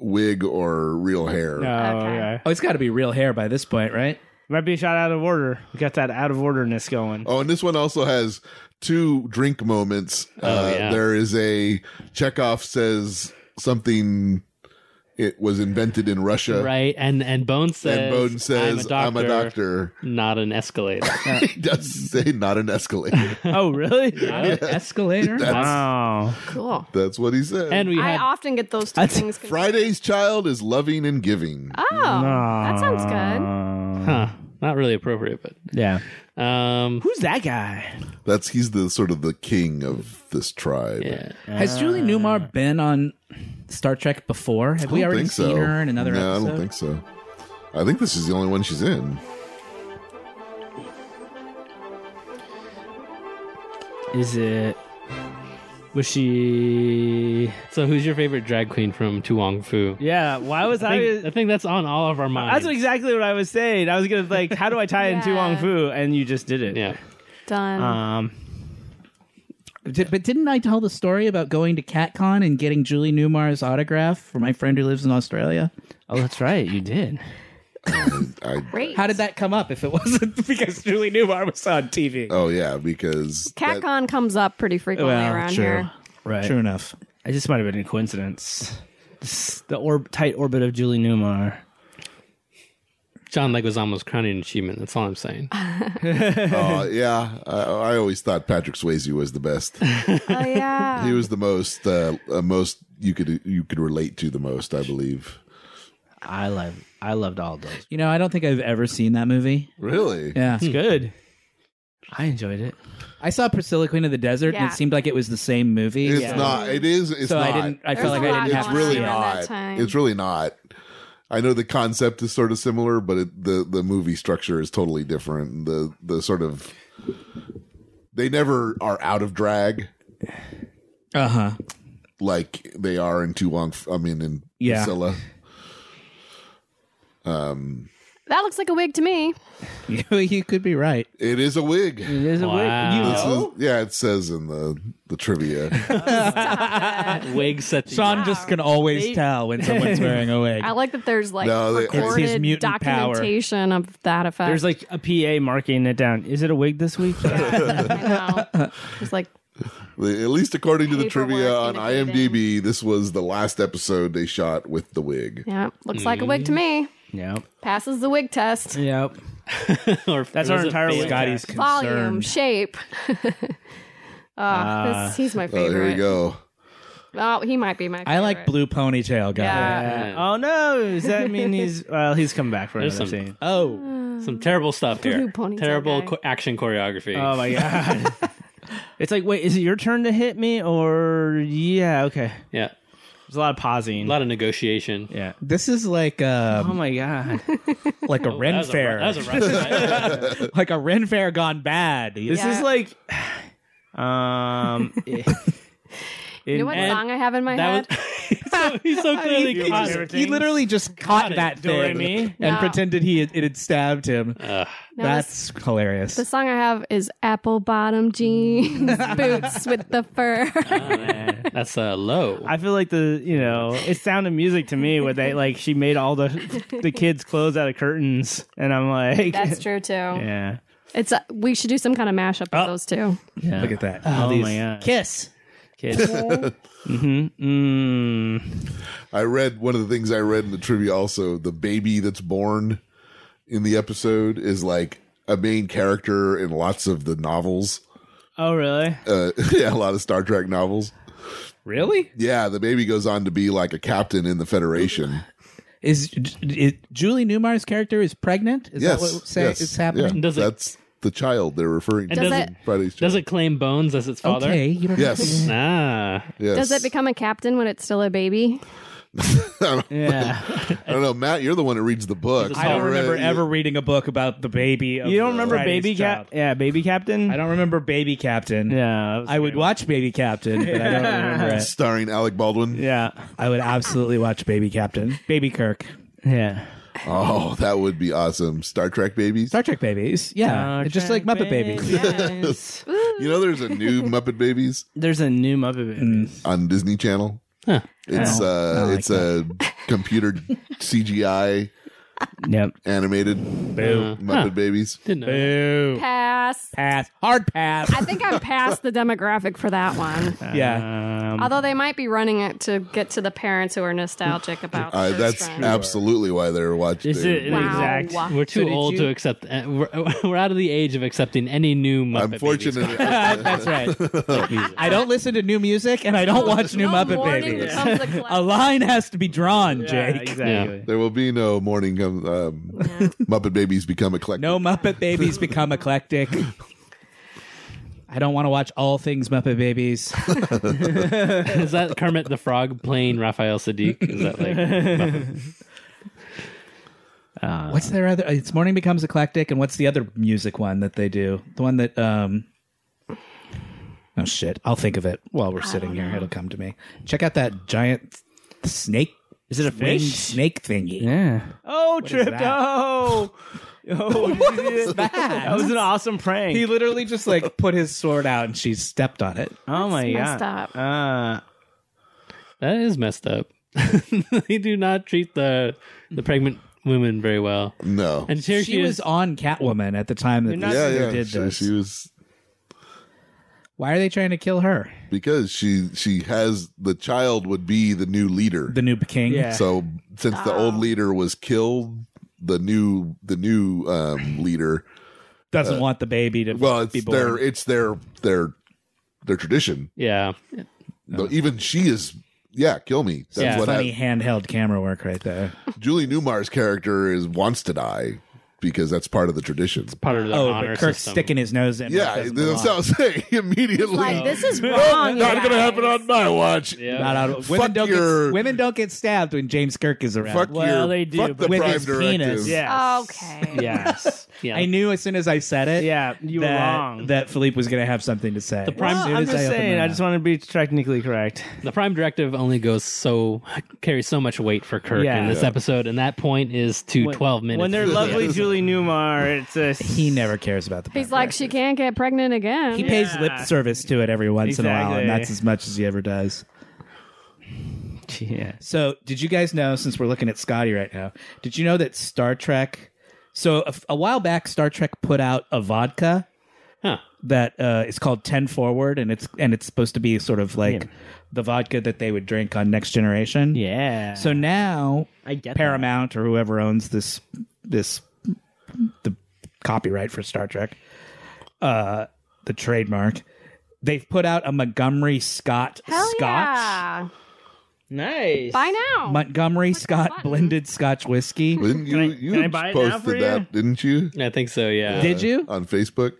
Speaker 1: wig or real hair.
Speaker 4: Oh,
Speaker 5: Okay.
Speaker 4: okay.
Speaker 2: Oh, it's got to be real hair by this point, right?
Speaker 4: Might be a shot out of order. We got that out of orderness going.
Speaker 1: Oh, and this one also has two drink moments.
Speaker 4: Oh,
Speaker 1: uh,
Speaker 3: yeah.
Speaker 1: There is a Chekhov says something. It was invented in Russia.
Speaker 3: right. And and Bone says,
Speaker 1: and Bowden says, I'm a doctor.
Speaker 3: not an escalator."
Speaker 1: he does say not an escalator.
Speaker 4: Oh, really? Oh.
Speaker 2: Escalator?
Speaker 4: Wow.
Speaker 5: cool.
Speaker 1: That's what he said.
Speaker 3: and we
Speaker 5: I
Speaker 3: had
Speaker 5: often get those two things. confused.
Speaker 1: Friday's child is loving and giving.
Speaker 5: Oh, that sounds good.
Speaker 3: huh, not really appropriate, but
Speaker 4: Yeah.
Speaker 3: um,
Speaker 4: Who's that guy?
Speaker 1: That's he's the sort of the king of this tribe.
Speaker 3: yeah.
Speaker 2: Has Julie Newmar been on Star Trek before? Have
Speaker 1: I
Speaker 2: we
Speaker 1: don't
Speaker 2: already
Speaker 1: think
Speaker 2: seen
Speaker 1: so.
Speaker 2: her in another
Speaker 1: no,
Speaker 2: episode?
Speaker 1: I don't think so. I think this is the only one she's in.
Speaker 4: Is it? Was she?
Speaker 3: So, who's your favorite drag queen from Tuong Fu?
Speaker 4: Yeah. Why was
Speaker 3: I
Speaker 4: I?
Speaker 3: think, I think that's on all of our minds.
Speaker 4: that's exactly what I was saying. I was gonna like, how do I tie in
Speaker 5: Yeah.
Speaker 4: Tu Wong Fu? And you just did it.
Speaker 3: yeah.
Speaker 5: Done.
Speaker 4: Um.
Speaker 2: Did, but didn't I tell the story about going to CatCon and getting Julie Newmar's autograph for my friend who lives in Australia?
Speaker 4: Oh, that's right. You did.
Speaker 1: I
Speaker 5: Great.
Speaker 2: How did that come up if it wasn't because Julie Newmar was on TV?
Speaker 1: oh yeah, because that-
Speaker 5: CatCon comes up pretty frequently
Speaker 4: Uh, Well,
Speaker 5: around
Speaker 4: true.
Speaker 5: here.
Speaker 4: Right.
Speaker 2: True enough.
Speaker 4: I just might have been a coincidence. This- the orb, tight orbit of Julie Newmar.
Speaker 3: John Leguizamo's crowning achievement. That's all I'm saying.
Speaker 1: oh, yeah, I, I always thought Patrick Swayze was the best.
Speaker 5: Oh
Speaker 1: he
Speaker 5: yeah.
Speaker 1: was the most uh, uh, most you could you could relate to the most, I believe.
Speaker 4: I love. I loved all those.
Speaker 2: You know, I don't think I've ever seen that movie.
Speaker 1: Really?
Speaker 2: Yeah.
Speaker 4: It's good. I enjoyed it.
Speaker 2: I saw Priscilla Queen of the Desert and it
Speaker 5: Yeah.
Speaker 2: seemed like it was the same movie.
Speaker 1: It's not. It is. It's
Speaker 2: So
Speaker 1: not.
Speaker 2: I didn't I
Speaker 5: There's
Speaker 2: felt like I
Speaker 5: a lot
Speaker 2: didn't
Speaker 1: it's
Speaker 5: going
Speaker 2: have
Speaker 5: on
Speaker 2: to
Speaker 1: really
Speaker 2: see it.
Speaker 5: around that
Speaker 1: not.
Speaker 5: time.
Speaker 1: It's really not. I know the concept is sort of similar, but it, the the movie structure is totally different. The the sort of they never are out of drag
Speaker 2: Uh-huh.
Speaker 1: like they are in Tu Wong. I mean, in
Speaker 2: Yeah.
Speaker 1: Priscilla.
Speaker 5: that looks like a wig to me.
Speaker 2: you could be right.
Speaker 1: It is a wig.
Speaker 2: Mm-hmm.
Speaker 4: It is a
Speaker 3: Wow.
Speaker 4: wig. You
Speaker 1: This
Speaker 4: know?
Speaker 5: Oh.
Speaker 1: is- yeah, it says in the the trivia.
Speaker 3: Wig set. the-
Speaker 2: Sean just can always tell when someone's wearing a wig.
Speaker 5: I like that there's like
Speaker 1: No, they- It's his
Speaker 5: recorded
Speaker 2: mutant power.
Speaker 5: documentation of that effect.
Speaker 4: There's like a PA marking it down. Is it a wig this week?
Speaker 5: I know. Just like
Speaker 1: At least according to the
Speaker 5: Paperwork
Speaker 1: trivia on
Speaker 5: imitating.
Speaker 1: IMDb, this was the last episode they shot with the wig.
Speaker 5: yeah, looks like a wig to me.
Speaker 4: yep.
Speaker 5: Passes the wig test.
Speaker 4: Yep.
Speaker 3: or
Speaker 4: That's
Speaker 3: or
Speaker 4: our
Speaker 3: was it
Speaker 4: entire
Speaker 3: fake?
Speaker 4: Scotty's.
Speaker 5: Volume, shape. oh, this, he's my
Speaker 1: Oh,
Speaker 5: favorite.
Speaker 1: here we go.
Speaker 5: Oh, he might be my. favorite.
Speaker 2: I like blue ponytail guy.
Speaker 5: Yeah.
Speaker 4: Oh no! Does that mean he's? Well, he's come back for
Speaker 3: There's
Speaker 4: another
Speaker 3: some-
Speaker 4: scene.
Speaker 5: Mm.
Speaker 2: Oh,
Speaker 3: Some terrible stuff here.
Speaker 5: ponytail
Speaker 3: Terrible
Speaker 5: guy.
Speaker 3: co- action choreography.
Speaker 4: Oh my god! it's like, wait, is it your turn to hit me or yeah? Okay.
Speaker 3: yeah.
Speaker 4: There's a lot of pausing.
Speaker 3: A lot of negotiation.
Speaker 4: yeah.
Speaker 2: This is like
Speaker 4: Oh
Speaker 2: a
Speaker 4: my god.
Speaker 2: like a
Speaker 3: That
Speaker 2: Ren
Speaker 3: was a-
Speaker 2: fair,
Speaker 3: that was a rough-
Speaker 2: like a Ren fair gone bad.
Speaker 4: This
Speaker 5: Yeah.
Speaker 4: is like, um, it-
Speaker 5: You
Speaker 4: it-
Speaker 5: know what
Speaker 3: And
Speaker 5: song I have in my head?
Speaker 3: that was he's so, he's so clearly
Speaker 4: You
Speaker 3: caught
Speaker 4: remember
Speaker 3: it.
Speaker 2: he literally just
Speaker 3: Got
Speaker 2: caught
Speaker 3: it.
Speaker 2: that
Speaker 4: Do re
Speaker 2: thing
Speaker 4: mi?
Speaker 2: and
Speaker 5: No.
Speaker 2: pretended he had, it had stabbed him.
Speaker 4: Uh,
Speaker 3: Ugh.
Speaker 5: No, this-
Speaker 2: That's hilarious.
Speaker 5: the song I have is apple bottom jeans, boots with the fur.
Speaker 3: Oh, man. That's uh, low.
Speaker 4: I feel like the you know it's sound of music to me where they like she made all the the kids clothes out of curtains and I'm like
Speaker 5: That's true too.
Speaker 4: yeah
Speaker 5: It's uh, we should do some kind of mashup of those two.
Speaker 4: yeah
Speaker 2: Look at that.
Speaker 4: oh,
Speaker 2: All these-
Speaker 4: my god
Speaker 2: Kiss.
Speaker 4: kids mm-hmm mm.
Speaker 1: I read one of the things I read in the trivia also the baby that's born in the episode is like a main character in lots of the novels.
Speaker 4: oh really
Speaker 1: Uh, yeah, a lot of Star Trek novels.
Speaker 2: Really?
Speaker 1: Yeah, the baby goes on to be like a captain in the Federation.
Speaker 2: Is, is Julie Newmar's character is pregnant? Is
Speaker 1: yes,
Speaker 2: that what say,
Speaker 1: yes,
Speaker 2: is happening?
Speaker 1: yeah.
Speaker 3: Does it-
Speaker 1: that's the child they're referring to.
Speaker 3: does
Speaker 1: in
Speaker 5: it-
Speaker 1: Friday's
Speaker 3: Does
Speaker 1: Child.
Speaker 3: it claim Bones as its father?
Speaker 2: Okay. You don't
Speaker 1: Yes.
Speaker 3: Ah.
Speaker 1: Yes.
Speaker 5: Does it become a captain when it's still a baby?
Speaker 4: yeah
Speaker 1: I don't know, Matt. You're the one who reads the book.
Speaker 3: He's a
Speaker 2: I don't
Speaker 3: Alright.
Speaker 2: remember ever reading a book about the baby. Of
Speaker 4: you don't remember
Speaker 2: Friday's
Speaker 4: baby
Speaker 2: Child.
Speaker 4: cap yeah baby captain
Speaker 2: I don't remember Baby Captain.
Speaker 4: yeah that was
Speaker 2: I would
Speaker 4: great.
Speaker 2: watch Baby Captain, but I don't remember it.
Speaker 1: starring Alec Baldwin.
Speaker 4: yeah
Speaker 2: I would absolutely watch Baby Captain, Baby Kirk,
Speaker 4: yeah
Speaker 1: Oh, that would be awesome. Star Trek babies.
Speaker 2: Star Trek babies. Yeah,
Speaker 4: Star
Speaker 2: just like
Speaker 4: Trek
Speaker 2: Muppet babies.
Speaker 4: babies.
Speaker 1: You know, there's a new Muppet Babies
Speaker 4: there's a new Muppet babies
Speaker 1: on Disney Channel.
Speaker 3: Huh.
Speaker 1: It's uh,
Speaker 2: Oh, like
Speaker 1: it's a computer CGI
Speaker 2: Mm.
Speaker 4: yep
Speaker 1: animated
Speaker 2: Boo.
Speaker 1: Muppet Babies.
Speaker 3: Didn't know. that.
Speaker 2: Boo.
Speaker 5: Pass.
Speaker 2: Pass. Hard pass.
Speaker 5: I think I'm past the demographic for that one.
Speaker 2: yeah.
Speaker 4: um,
Speaker 5: Although they might be running it to get to the parents who are nostalgic about
Speaker 1: Uh,
Speaker 5: those
Speaker 1: that's
Speaker 5: friends.
Speaker 1: absolutely why they're watching.
Speaker 4: Is it-
Speaker 5: wow.
Speaker 4: exact.
Speaker 3: We're
Speaker 2: So
Speaker 3: too
Speaker 2: did
Speaker 3: old
Speaker 2: you-
Speaker 3: to accept. uh, We're, we're out of the age of accepting any new Muppet.
Speaker 1: Unfortunately,
Speaker 4: Uh,
Speaker 2: That's right. I don't listen to new music and I don't watch new
Speaker 5: No
Speaker 2: Muppet
Speaker 5: morning
Speaker 2: Babies.
Speaker 5: becomes a collection.
Speaker 2: A line has to be drawn,
Speaker 4: yeah,
Speaker 2: Jake.
Speaker 4: exactly
Speaker 1: there will be no morning. Come, um, Muppet Babies become eclectic.
Speaker 2: No Muppet Babies become eclectic. I don't want to watch all things Muppet Babies.
Speaker 3: Babies. Is that Kermit the Frog playing Raphael Sadiq? Is that like
Speaker 2: What's their other? It's Morning Becomes Eclectic, and what's the other music one that they do? The one that um. Oh shit! I'll think of it while we're sitting here. It'll come to me. Check out that giant snake. Is it a
Speaker 4: fish?
Speaker 2: Snake thingy.
Speaker 4: yeah oh tripped
Speaker 2: that?
Speaker 4: oh oh did you see that? That was an awesome prank.
Speaker 2: He literally just like put his sword out, and she stepped on it.
Speaker 4: oh my
Speaker 5: messed
Speaker 4: god.
Speaker 5: up.
Speaker 4: Uh,
Speaker 3: that? Is messed up. they do not treat the the pregnant women very well.
Speaker 1: no.
Speaker 3: And here
Speaker 2: she
Speaker 3: she
Speaker 2: was
Speaker 3: is.
Speaker 2: on Catwoman at the time that
Speaker 4: not-
Speaker 2: this
Speaker 1: yeah,
Speaker 2: singer
Speaker 1: yeah.
Speaker 2: did
Speaker 1: She,
Speaker 2: this.
Speaker 1: she was
Speaker 2: Why are they trying to kill her?
Speaker 1: because she she has the child would be the new leader.
Speaker 2: The new king.
Speaker 4: Yeah.
Speaker 1: So since the old leader was killed, the new the new um, leader.
Speaker 2: doesn't want the baby to
Speaker 1: uh, Well,
Speaker 2: be
Speaker 1: it's
Speaker 2: born.
Speaker 1: their it's their their their tradition.
Speaker 3: Yeah.
Speaker 1: Though Even she is. Yeah, kill me. That's
Speaker 3: Yeah.
Speaker 1: what
Speaker 2: funny
Speaker 1: hap-
Speaker 2: handheld camera work right there.
Speaker 1: Julie Newmar's character is wants to die because that's part of the tradition.
Speaker 3: Part of the
Speaker 2: Oh,
Speaker 3: honor
Speaker 2: but Kirk's
Speaker 3: system.
Speaker 2: sticking his nose in.
Speaker 1: Yeah,
Speaker 2: where it doesn't
Speaker 1: that's what I'm
Speaker 2: belong.
Speaker 1: saying. Immediately,
Speaker 5: Like this is
Speaker 1: not
Speaker 5: wrong.
Speaker 1: going
Speaker 5: you
Speaker 1: to
Speaker 5: guys.
Speaker 1: happen on my watch.
Speaker 3: Yeah.
Speaker 2: Not out of- women
Speaker 1: Fuck
Speaker 2: don't
Speaker 1: your-
Speaker 2: get women don't get stabbed when James Kirk is around.
Speaker 1: Fuck
Speaker 4: Well,
Speaker 1: your,
Speaker 4: they do,
Speaker 1: Fuck the
Speaker 4: but- With
Speaker 1: prime
Speaker 2: his
Speaker 1: directive.
Speaker 2: penis.
Speaker 4: yes.
Speaker 5: Okay.
Speaker 4: Yes.
Speaker 3: yeah.
Speaker 2: I knew as soon as I said it.
Speaker 4: Yeah, you were
Speaker 2: that,
Speaker 4: wrong.
Speaker 2: That Philippe was going to have something to say. The
Speaker 3: prime-
Speaker 2: as soon
Speaker 4: I'm
Speaker 2: as
Speaker 4: just
Speaker 2: I opened
Speaker 4: saying.
Speaker 2: my
Speaker 4: I
Speaker 2: mouth.
Speaker 4: just want to be technically correct.
Speaker 3: the prime directive only goes so carries so much weight for Kirk
Speaker 4: Yeah.
Speaker 3: in this episode, and that point is to twelve minutes.
Speaker 4: When they're
Speaker 3: into the
Speaker 4: lovely Julie Newmar, it's a
Speaker 2: he never cares about the.
Speaker 5: He's like, she can't get pregnant again.
Speaker 2: he pays lip service to it every once in a while, and
Speaker 4: Exactly.
Speaker 2: that's as much as he ever does.
Speaker 4: Yeah.
Speaker 2: So, did you guys know? Since we're looking at Scotty right now, did you know that Star Trek? So, a, a while back, Star Trek put out a vodka
Speaker 3: Huh.
Speaker 2: that uh, is called Ten Forward, and it's and it's supposed to be sort of like the vodka that they would drink on Next Generation.
Speaker 4: Yeah.
Speaker 2: So now
Speaker 4: I get that.
Speaker 2: Paramount or whoever owns this this the copyright for Star Trek, uh, the trademark, they've put out a Montgomery Scott
Speaker 5: Hell
Speaker 2: Scotch.
Speaker 5: yeah.
Speaker 4: nice.
Speaker 5: By now.
Speaker 2: Montgomery Scott
Speaker 5: button.
Speaker 2: blended Scotch whiskey.
Speaker 1: Didn't you?
Speaker 4: I-
Speaker 1: you
Speaker 4: can I buy it now for
Speaker 1: posted
Speaker 4: you?
Speaker 1: that, didn't you?
Speaker 3: I think so. Yeah.
Speaker 4: Uh,
Speaker 2: Did you?
Speaker 1: On Facebook.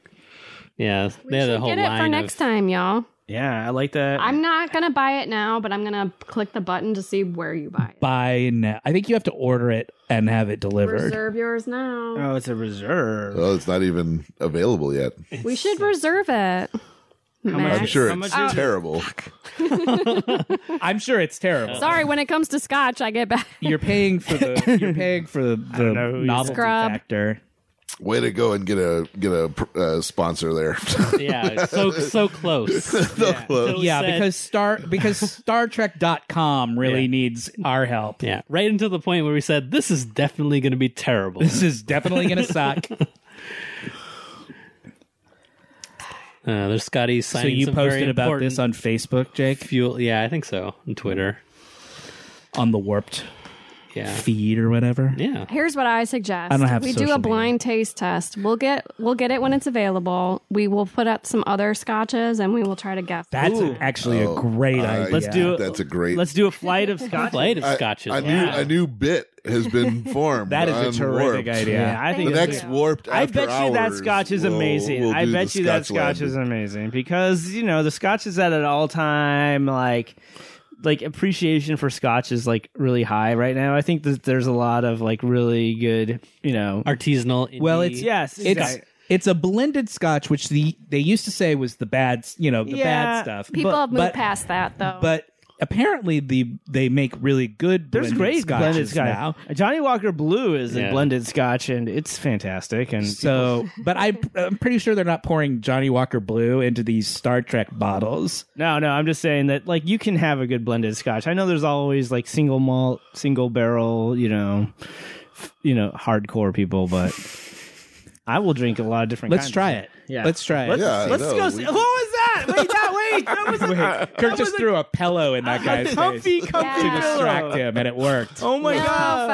Speaker 3: Yeah. They had a whole
Speaker 5: Get it
Speaker 3: line
Speaker 5: for
Speaker 3: of-
Speaker 5: next time, y'all.
Speaker 4: Yeah, I like that.
Speaker 5: I'm not gonna buy it now, but I'm gonna click the button to see where you buy it.
Speaker 2: Buy now. I think you have to order it and have it delivered.
Speaker 5: Reserve yours now.
Speaker 4: oh, it's a reserve.
Speaker 1: Oh, it's not even available yet.
Speaker 5: we should reserve it.
Speaker 1: I'm
Speaker 5: Max.
Speaker 1: sure
Speaker 4: how
Speaker 1: it's
Speaker 4: much is it?
Speaker 1: terrible.
Speaker 2: I'm sure it's terrible.
Speaker 5: Sorry, when it comes to scotch, I get back.
Speaker 2: You're paying for the you're paying for the, the
Speaker 4: know who you-
Speaker 2: novelty
Speaker 5: Scrub.
Speaker 2: factor.
Speaker 1: Way to go and get a get a uh, sponsor there.
Speaker 3: Yeah, so so close.
Speaker 1: yeah,
Speaker 3: Totally
Speaker 2: Yeah,
Speaker 3: said-
Speaker 2: because Star because Star Trek.com really needs our help.
Speaker 3: yeah, right until the point where we said this is definitely going to be terrible.
Speaker 2: This is definitely gonna suck.
Speaker 3: Uh, there's Scotty
Speaker 2: so
Speaker 3: signing.
Speaker 2: you
Speaker 3: some very
Speaker 2: posted about
Speaker 3: important
Speaker 2: this on Facebook, Jake,
Speaker 3: fuel. Yeah, I think so on Twitter.
Speaker 2: on the warped
Speaker 3: Yeah,
Speaker 2: feed or whatever.
Speaker 3: yeah.
Speaker 5: Here's what I suggest.
Speaker 2: I don't have
Speaker 5: we
Speaker 2: social
Speaker 5: do a
Speaker 2: media.
Speaker 5: blind taste test. We'll get we'll get it when it's available. We will put up some other scotches and we will try to guess.
Speaker 2: That's actually
Speaker 1: Oh,
Speaker 2: a great
Speaker 1: I- Let's
Speaker 2: idea.
Speaker 4: Let's do it.
Speaker 1: That's a great.
Speaker 4: Let's do a flight of scotch.
Speaker 3: Blade of
Speaker 1: I-
Speaker 3: scotches.
Speaker 1: A, new
Speaker 3: yeah.
Speaker 1: a new bit has been formed.
Speaker 2: That is
Speaker 1: on
Speaker 2: a terrific
Speaker 1: Warped.
Speaker 2: idea.
Speaker 4: Yeah, I think
Speaker 1: The
Speaker 5: Thank
Speaker 4: it's
Speaker 1: next
Speaker 5: you.
Speaker 1: warped.
Speaker 4: I
Speaker 1: After
Speaker 4: bet you that
Speaker 1: Hours,
Speaker 4: scotch is
Speaker 1: we'll-
Speaker 4: amazing.
Speaker 1: we'll
Speaker 4: I
Speaker 1: do
Speaker 4: bet
Speaker 1: the
Speaker 4: you that
Speaker 1: Scotch
Speaker 4: scotch
Speaker 1: Lab.
Speaker 4: is amazing because you know the scotch is at an all time like like appreciation for scotch is like really high right now. I think that there's a lot of like really good you know
Speaker 3: artisanal. Indie.
Speaker 2: Well, it's-
Speaker 4: yes
Speaker 2: It's it's a blended scotch, which the they used to say was the bad, you know, the
Speaker 4: Yeah,
Speaker 2: bad stuff.
Speaker 5: People
Speaker 2: but,
Speaker 5: have moved
Speaker 2: but-
Speaker 5: past that though.
Speaker 2: But apparently, the they make really good.
Speaker 4: there's
Speaker 2: blended
Speaker 4: great
Speaker 2: scotches
Speaker 4: blended scotch.
Speaker 2: now.
Speaker 4: Johnny Walker Blue is
Speaker 3: Yeah.
Speaker 4: a blended scotch and it's fantastic and
Speaker 2: So, but I, I'm pretty sure they're not pouring Johnny Walker Blue into these Star Trek bottles.
Speaker 4: No, no, I'm just saying that like you can have a good blended scotch. I know there's always like single malt, single barrel, you know, f- you know, hardcore people, but I will drink a lot of different
Speaker 2: Let's
Speaker 4: kinds.
Speaker 2: try it.
Speaker 4: Yeah.
Speaker 2: Let's try it.
Speaker 4: Let's,
Speaker 1: Yeah,
Speaker 4: let's
Speaker 1: no,
Speaker 4: go.
Speaker 1: we-
Speaker 4: see- What was that? Wait, that wait. That was a,
Speaker 2: Kirk just
Speaker 4: was a-
Speaker 2: threw a pillow in that
Speaker 4: a
Speaker 2: guy's face
Speaker 4: comfy, comfy
Speaker 2: to
Speaker 5: Yeah.
Speaker 4: pillow.
Speaker 2: distract him, and it worked.
Speaker 4: Oh my
Speaker 5: no,
Speaker 4: god. It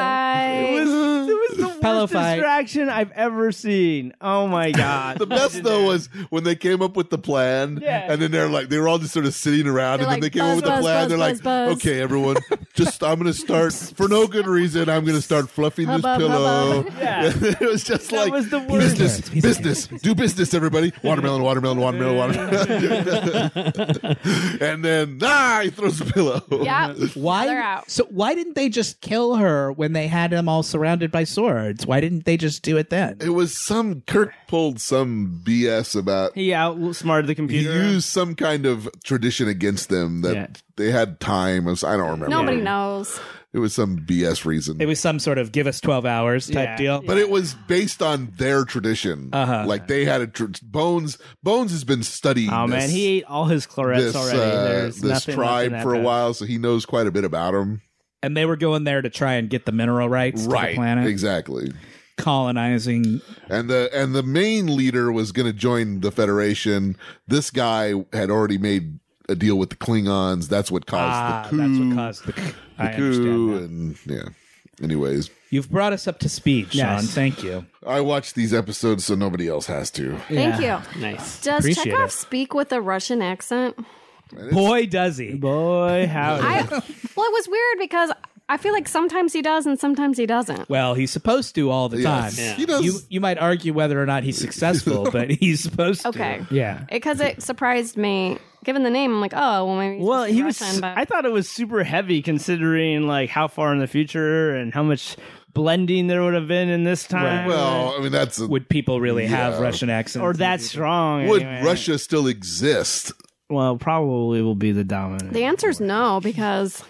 Speaker 5: fight.
Speaker 4: was, it was the
Speaker 2: Pillow
Speaker 4: worst
Speaker 2: fight.
Speaker 4: distraction I've ever seen. Oh my god.
Speaker 1: The best though was when they came up with the plan,
Speaker 4: Yeah.
Speaker 1: and then they're like they were all just sort of sitting around,
Speaker 5: They're
Speaker 1: and then
Speaker 5: like,
Speaker 1: they came up
Speaker 5: buzz,
Speaker 1: with the
Speaker 5: buzz,
Speaker 1: plan.
Speaker 5: buzz,
Speaker 1: they're like,
Speaker 5: buzz, buzz.
Speaker 1: okay, everyone, just I'm gonna start for no good reason. I'm gonna start fluffing this
Speaker 5: Hubbub,
Speaker 1: pillow.
Speaker 5: hubbub.
Speaker 4: Yeah.
Speaker 1: it was just
Speaker 4: That
Speaker 1: like
Speaker 4: was the worst.
Speaker 1: business,
Speaker 2: Piece of carrots, piece
Speaker 1: business, do business, everybody. Watermelon, watermelon, watermelon, watermelon. and then ah, he throws the pillow.
Speaker 5: yeah.
Speaker 2: Why?
Speaker 5: They're out.
Speaker 2: So why didn't they just kill her when they had them all surrounded by swords? Why didn't they just do it then?
Speaker 1: It was some Kirk pulled some BS about
Speaker 4: He outsmarted the
Speaker 1: he
Speaker 4: computer.
Speaker 1: used some kind of tradition against them that
Speaker 4: Yeah.
Speaker 1: they had time. I was- I don't remember.
Speaker 5: Nobody knows.
Speaker 1: It was some BS reason.
Speaker 2: It was some sort of give us twelve hours type
Speaker 4: Yeah.
Speaker 2: deal.
Speaker 1: but it was based on their tradition.
Speaker 2: Uh-huh.
Speaker 1: Like they had a tr- Bones. Bones has been studying.
Speaker 4: Oh man,
Speaker 1: this-
Speaker 4: he ate all his clarets
Speaker 1: this,
Speaker 4: already.
Speaker 1: uh,
Speaker 4: There's
Speaker 1: this
Speaker 4: nothing left in
Speaker 1: tribe
Speaker 4: that
Speaker 1: for a
Speaker 4: bag.
Speaker 1: while, so he knows quite a bit about them.
Speaker 2: and they were going there to try and get the mineral rights to the planet,
Speaker 1: exactly.
Speaker 2: colonizing.
Speaker 1: And the and the main leader was going to join the Federation. This guy had already made a deal with the Klingons. That's what caused
Speaker 2: Ah,
Speaker 1: the coup.
Speaker 2: that's what caused the, I
Speaker 1: the
Speaker 2: understand.
Speaker 1: coup,
Speaker 2: now.
Speaker 1: and yeah. Anyways,
Speaker 2: You've brought us up to speed, Sean.
Speaker 4: Yes.
Speaker 2: Thank you.
Speaker 1: I watch these episodes so nobody else has to.
Speaker 5: Thank
Speaker 4: Yeah.
Speaker 5: you.
Speaker 3: nice.
Speaker 5: Does
Speaker 2: Appreciate
Speaker 5: Chekhov
Speaker 2: it.
Speaker 5: speak with a Russian accent?
Speaker 2: Boy, does he.
Speaker 4: Boy, howdy.
Speaker 5: I well, it was weird because I feel like sometimes he does and sometimes he doesn't.
Speaker 2: Well, he's supposed to all the time.
Speaker 1: Yes.
Speaker 3: Yeah.
Speaker 1: He does.
Speaker 2: You you might argue whether or not he's successful, but he's supposed to.
Speaker 5: Okay,
Speaker 4: yeah.
Speaker 5: because it surprised me. Given the name, I'm like, oh, well, maybe. he's
Speaker 4: Well,
Speaker 5: just
Speaker 4: he was.
Speaker 5: Russian, but-
Speaker 4: I thought it was super heavy considering like how far in the future and how much blending there would have been in this time.
Speaker 1: Well, I mean that's a, would,
Speaker 2: Would people really have
Speaker 1: Yeah.
Speaker 2: Russian accents?
Speaker 4: or that strong. anyway.
Speaker 1: Russia still exist?
Speaker 4: Well, probably will be the dominant.
Speaker 5: the answer is no because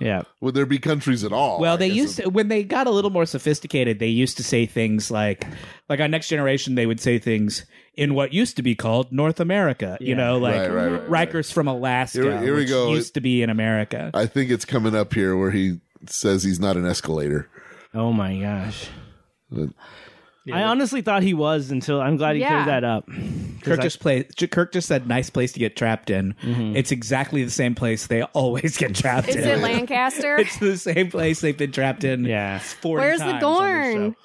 Speaker 4: yeah.
Speaker 1: Would there be countries at all?
Speaker 2: Well,
Speaker 1: I
Speaker 2: they
Speaker 1: guess
Speaker 2: used
Speaker 1: it-
Speaker 2: to, when they got a little more sophisticated, they used to say things like, like on Next Generation, they would say things in what used to be called North America. You
Speaker 4: Yeah.
Speaker 2: know, like
Speaker 1: Right, right, right, right.
Speaker 2: Riker's from Alaska,
Speaker 1: Here- here we
Speaker 2: which
Speaker 1: go.
Speaker 2: used to be in America.
Speaker 1: I think it's coming up here where he says he's not an escalator.
Speaker 4: Oh my gosh.
Speaker 1: But-
Speaker 4: I honestly thought he was until I'm glad he
Speaker 5: Yeah.
Speaker 4: cleared that up.
Speaker 2: Kirk just play, J- Kirk just said, "Nice place to get trapped in."
Speaker 4: Mm-hmm.
Speaker 2: It's exactly the same place they always get trapped
Speaker 5: is
Speaker 2: in.
Speaker 5: it Lancaster?
Speaker 2: it's the same place they've been trapped in.
Speaker 4: Yeah.
Speaker 2: 40
Speaker 5: Where's the
Speaker 2: times on this
Speaker 5: Gorn?
Speaker 2: show.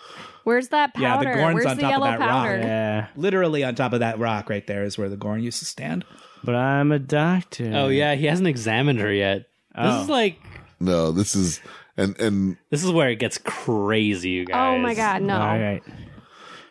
Speaker 5: Where's that
Speaker 2: Yeah, the
Speaker 5: powder?
Speaker 2: Gorn's
Speaker 5: Where's
Speaker 2: on
Speaker 5: the
Speaker 2: top of
Speaker 5: yellow
Speaker 2: that rock.
Speaker 5: powder?
Speaker 4: Yeah,
Speaker 2: Literally on top of that rock right there is where the Gorn used to stand.
Speaker 4: but I'm a doctor.
Speaker 3: Oh yeah, Oh. he hasn't examined her yet. This is like
Speaker 1: No, this is and and
Speaker 3: this is where it gets crazy, you guys.
Speaker 5: Oh my Oh god, no!
Speaker 4: All right.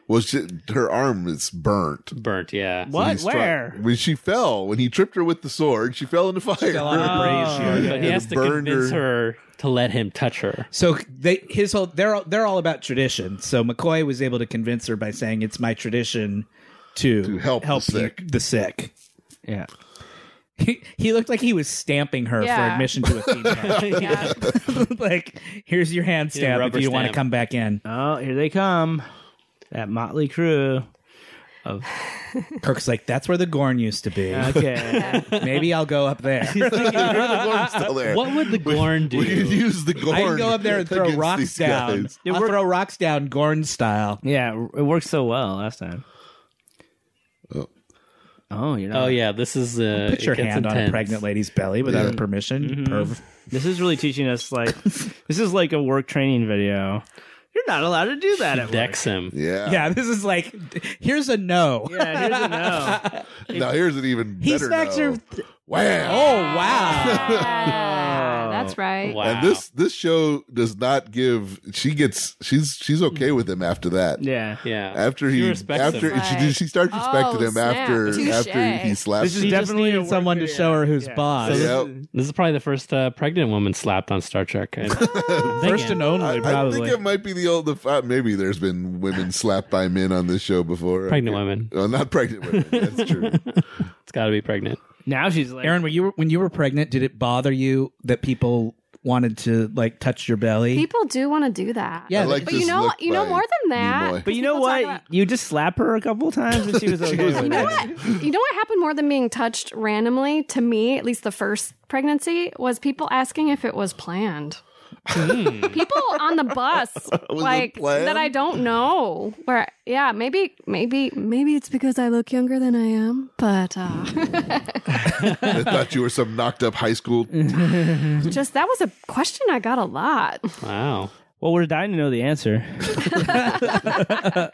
Speaker 1: Well, she, her arm is burnt.
Speaker 3: Burnt, yeah.
Speaker 1: When
Speaker 4: What?
Speaker 1: he's try-
Speaker 4: Where?
Speaker 1: when she fell, when he tripped her with the sword, she fell into fire.
Speaker 3: But he
Speaker 1: Yeah,
Speaker 3: has to
Speaker 1: burned
Speaker 3: convince her to let him touch her.
Speaker 2: So they his whole they're all, they're all about tradition. So McCoy was able to convince her by saying it's my tradition to,
Speaker 1: To help the
Speaker 2: you-
Speaker 1: sick."
Speaker 2: the sick.
Speaker 4: Yeah.
Speaker 2: He, he looked like he was stamping her for
Speaker 5: Yeah.
Speaker 2: admission to a female.
Speaker 5: Yeah.
Speaker 2: like, here's your hand stamp if
Speaker 3: rubber
Speaker 2: you want to
Speaker 3: stamp.
Speaker 2: come back in.
Speaker 4: Oh, here they come. That motley crew.
Speaker 2: Kirk's like, that's where the Gorn used to be.
Speaker 4: Okay.
Speaker 2: Maybe I'll go up there.
Speaker 1: The Gorn's still there.
Speaker 3: What would the Gorn do?
Speaker 1: We could use the Gorn.
Speaker 2: I can go up there and throw
Speaker 1: against
Speaker 2: rocks
Speaker 1: these
Speaker 2: down.
Speaker 1: guys.
Speaker 2: I'll throw rocks down Gorn style.
Speaker 4: yeah, it worked so well last time.
Speaker 1: Oh.
Speaker 4: Oh, you know.
Speaker 3: oh yeah, this is uh,
Speaker 2: Put
Speaker 3: it
Speaker 2: your
Speaker 3: gets
Speaker 2: hand on a
Speaker 3: intense. Mm-hmm.
Speaker 2: pregnant lady's belly without her permission. you Perv.
Speaker 4: This is really teaching us like this is like a work training video. You're not allowed to do that at work.
Speaker 3: Decks him.
Speaker 1: Yeah.
Speaker 2: Yeah, this is like, here's a no.
Speaker 4: Yeah, here's a no.
Speaker 1: Now here's an even
Speaker 2: He
Speaker 1: better.
Speaker 2: smacks
Speaker 1: no.
Speaker 2: her.
Speaker 1: Wow.
Speaker 2: Oh wow!
Speaker 5: Yeah, that's right.
Speaker 3: Wow.
Speaker 1: And this this show does not give. She gets. She's she's okay with him after that.
Speaker 4: Yeah.
Speaker 3: yeah.
Speaker 1: After
Speaker 3: She
Speaker 1: he
Speaker 3: respects
Speaker 1: after
Speaker 3: him.
Speaker 1: she she starts respecting
Speaker 5: Oh,
Speaker 1: him
Speaker 5: snap.
Speaker 1: after
Speaker 5: Touche.
Speaker 1: after he slaps.
Speaker 4: This is
Speaker 1: her.
Speaker 2: just
Speaker 4: definitely
Speaker 2: needed
Speaker 4: a
Speaker 2: someone to
Speaker 4: worker,
Speaker 2: show her who's
Speaker 4: yeah.
Speaker 2: boss.
Speaker 3: So
Speaker 1: Yep.
Speaker 3: This is probably the first uh, pregnant woman slapped on Star Trek. I-
Speaker 2: First and only,
Speaker 1: I
Speaker 2: probably.
Speaker 1: think it might be the old. The, uh, maybe there's been women slapped by men on this show before.
Speaker 3: pregnant women.
Speaker 1: Oh, not pregnant women. That's true.
Speaker 3: It's got to be pregnant.
Speaker 4: Now she's like
Speaker 2: Aaron, when you were when you were pregnant, did it bother you that people wanted to like touch your belly?
Speaker 5: People do want to do that.
Speaker 2: yeah,
Speaker 1: I like
Speaker 5: But
Speaker 1: this
Speaker 5: you know,
Speaker 1: look
Speaker 5: you know
Speaker 1: by
Speaker 5: more than that.
Speaker 1: Nimoy.
Speaker 4: But you know
Speaker 5: People talk
Speaker 4: what?
Speaker 5: about-
Speaker 4: you just slap her a couple times and she was okay. with
Speaker 5: You
Speaker 4: it.
Speaker 5: know what? You know what happened more than being touched randomly to me, at least the first pregnancy, was people asking if it was planned.
Speaker 2: Hmm.
Speaker 5: people on the bus, like
Speaker 1: planned?
Speaker 5: that, I don't know. Where, yeah, maybe, maybe, maybe it's because I look younger than I am. But uh,
Speaker 1: I thought you were some knocked up high school.
Speaker 5: just that was a question I got a lot.
Speaker 3: Wow.
Speaker 4: Well, we're dying to know the answer.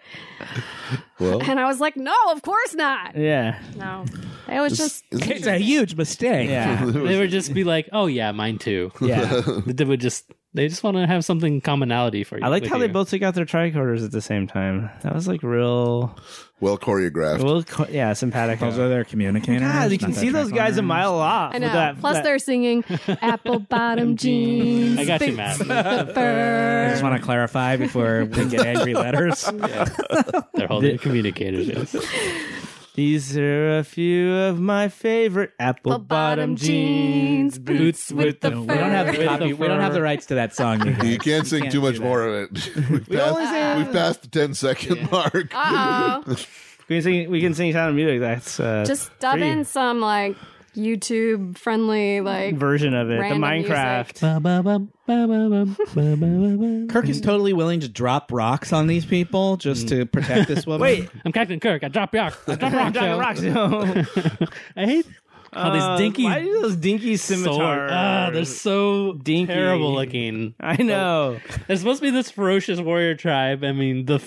Speaker 1: Well,
Speaker 5: And I was like, no, of course not.
Speaker 4: Yeah.
Speaker 5: No, it was just
Speaker 2: it's a huge mistake.
Speaker 4: Yeah.
Speaker 3: They would just be like, "Oh yeah, mine too."
Speaker 4: Yeah.
Speaker 3: They would just they just want to have something commonality for you.
Speaker 4: I liked
Speaker 3: with
Speaker 4: how they
Speaker 3: you.
Speaker 4: both took out their tricorders at the same time. That was like real,
Speaker 1: well choreographed.
Speaker 4: real, co- yeah, sympathetic.
Speaker 2: Those are their communicators.
Speaker 4: God, you can
Speaker 2: not
Speaker 4: see
Speaker 2: their
Speaker 4: those guys a
Speaker 2: tricorders.
Speaker 4: mile off.
Speaker 5: I know.
Speaker 4: With that,
Speaker 5: Plus,
Speaker 4: that-
Speaker 5: they're singing apple bottom jeans.
Speaker 3: I got you,
Speaker 5: boots
Speaker 3: Matt.
Speaker 5: with a fur.
Speaker 2: I just want to clarify before we get angry letters.
Speaker 3: They're holding communicators. yes.
Speaker 4: These are a few of my favorite apple bottom
Speaker 5: Apple-bottom
Speaker 4: jeans,
Speaker 5: jeans,
Speaker 4: boots
Speaker 5: with
Speaker 4: with the
Speaker 5: the
Speaker 4: fur.
Speaker 2: We don't have
Speaker 3: With
Speaker 2: the
Speaker 3: the
Speaker 2: copy. We don't have the
Speaker 3: fur.
Speaker 2: rights to that song. you guys.
Speaker 1: You can't sing
Speaker 2: can't
Speaker 1: too
Speaker 2: do
Speaker 1: much
Speaker 2: that.
Speaker 1: more of it. We've passed, we've passed the 10 second mark.
Speaker 5: Uh oh.
Speaker 4: We can sing. We can sing Sound of Music. That's uh,
Speaker 5: Just dub
Speaker 4: free.
Speaker 5: in some like YouTube friendly like
Speaker 4: version of it. The
Speaker 5: Random
Speaker 4: Minecraft.
Speaker 3: Ba, ba, ba, ba, ba, ba, ba, ba, ba.
Speaker 2: Kirk is totally willing to drop rocks on these people just to protect this woman.
Speaker 4: Wait,
Speaker 3: I'm Captain Kirk. I drop rock. I drop rock.
Speaker 4: Dragon
Speaker 3: Joe.
Speaker 4: Rock Show.
Speaker 3: I hate how
Speaker 4: Uh,
Speaker 3: these dinky
Speaker 4: Why do those dinky
Speaker 3: sword.
Speaker 4: scimitars?
Speaker 3: Ah, they're so
Speaker 4: Dinky.
Speaker 3: terrible looking.
Speaker 4: I know.
Speaker 3: There's supposed to be this ferocious warrior tribe. I mean the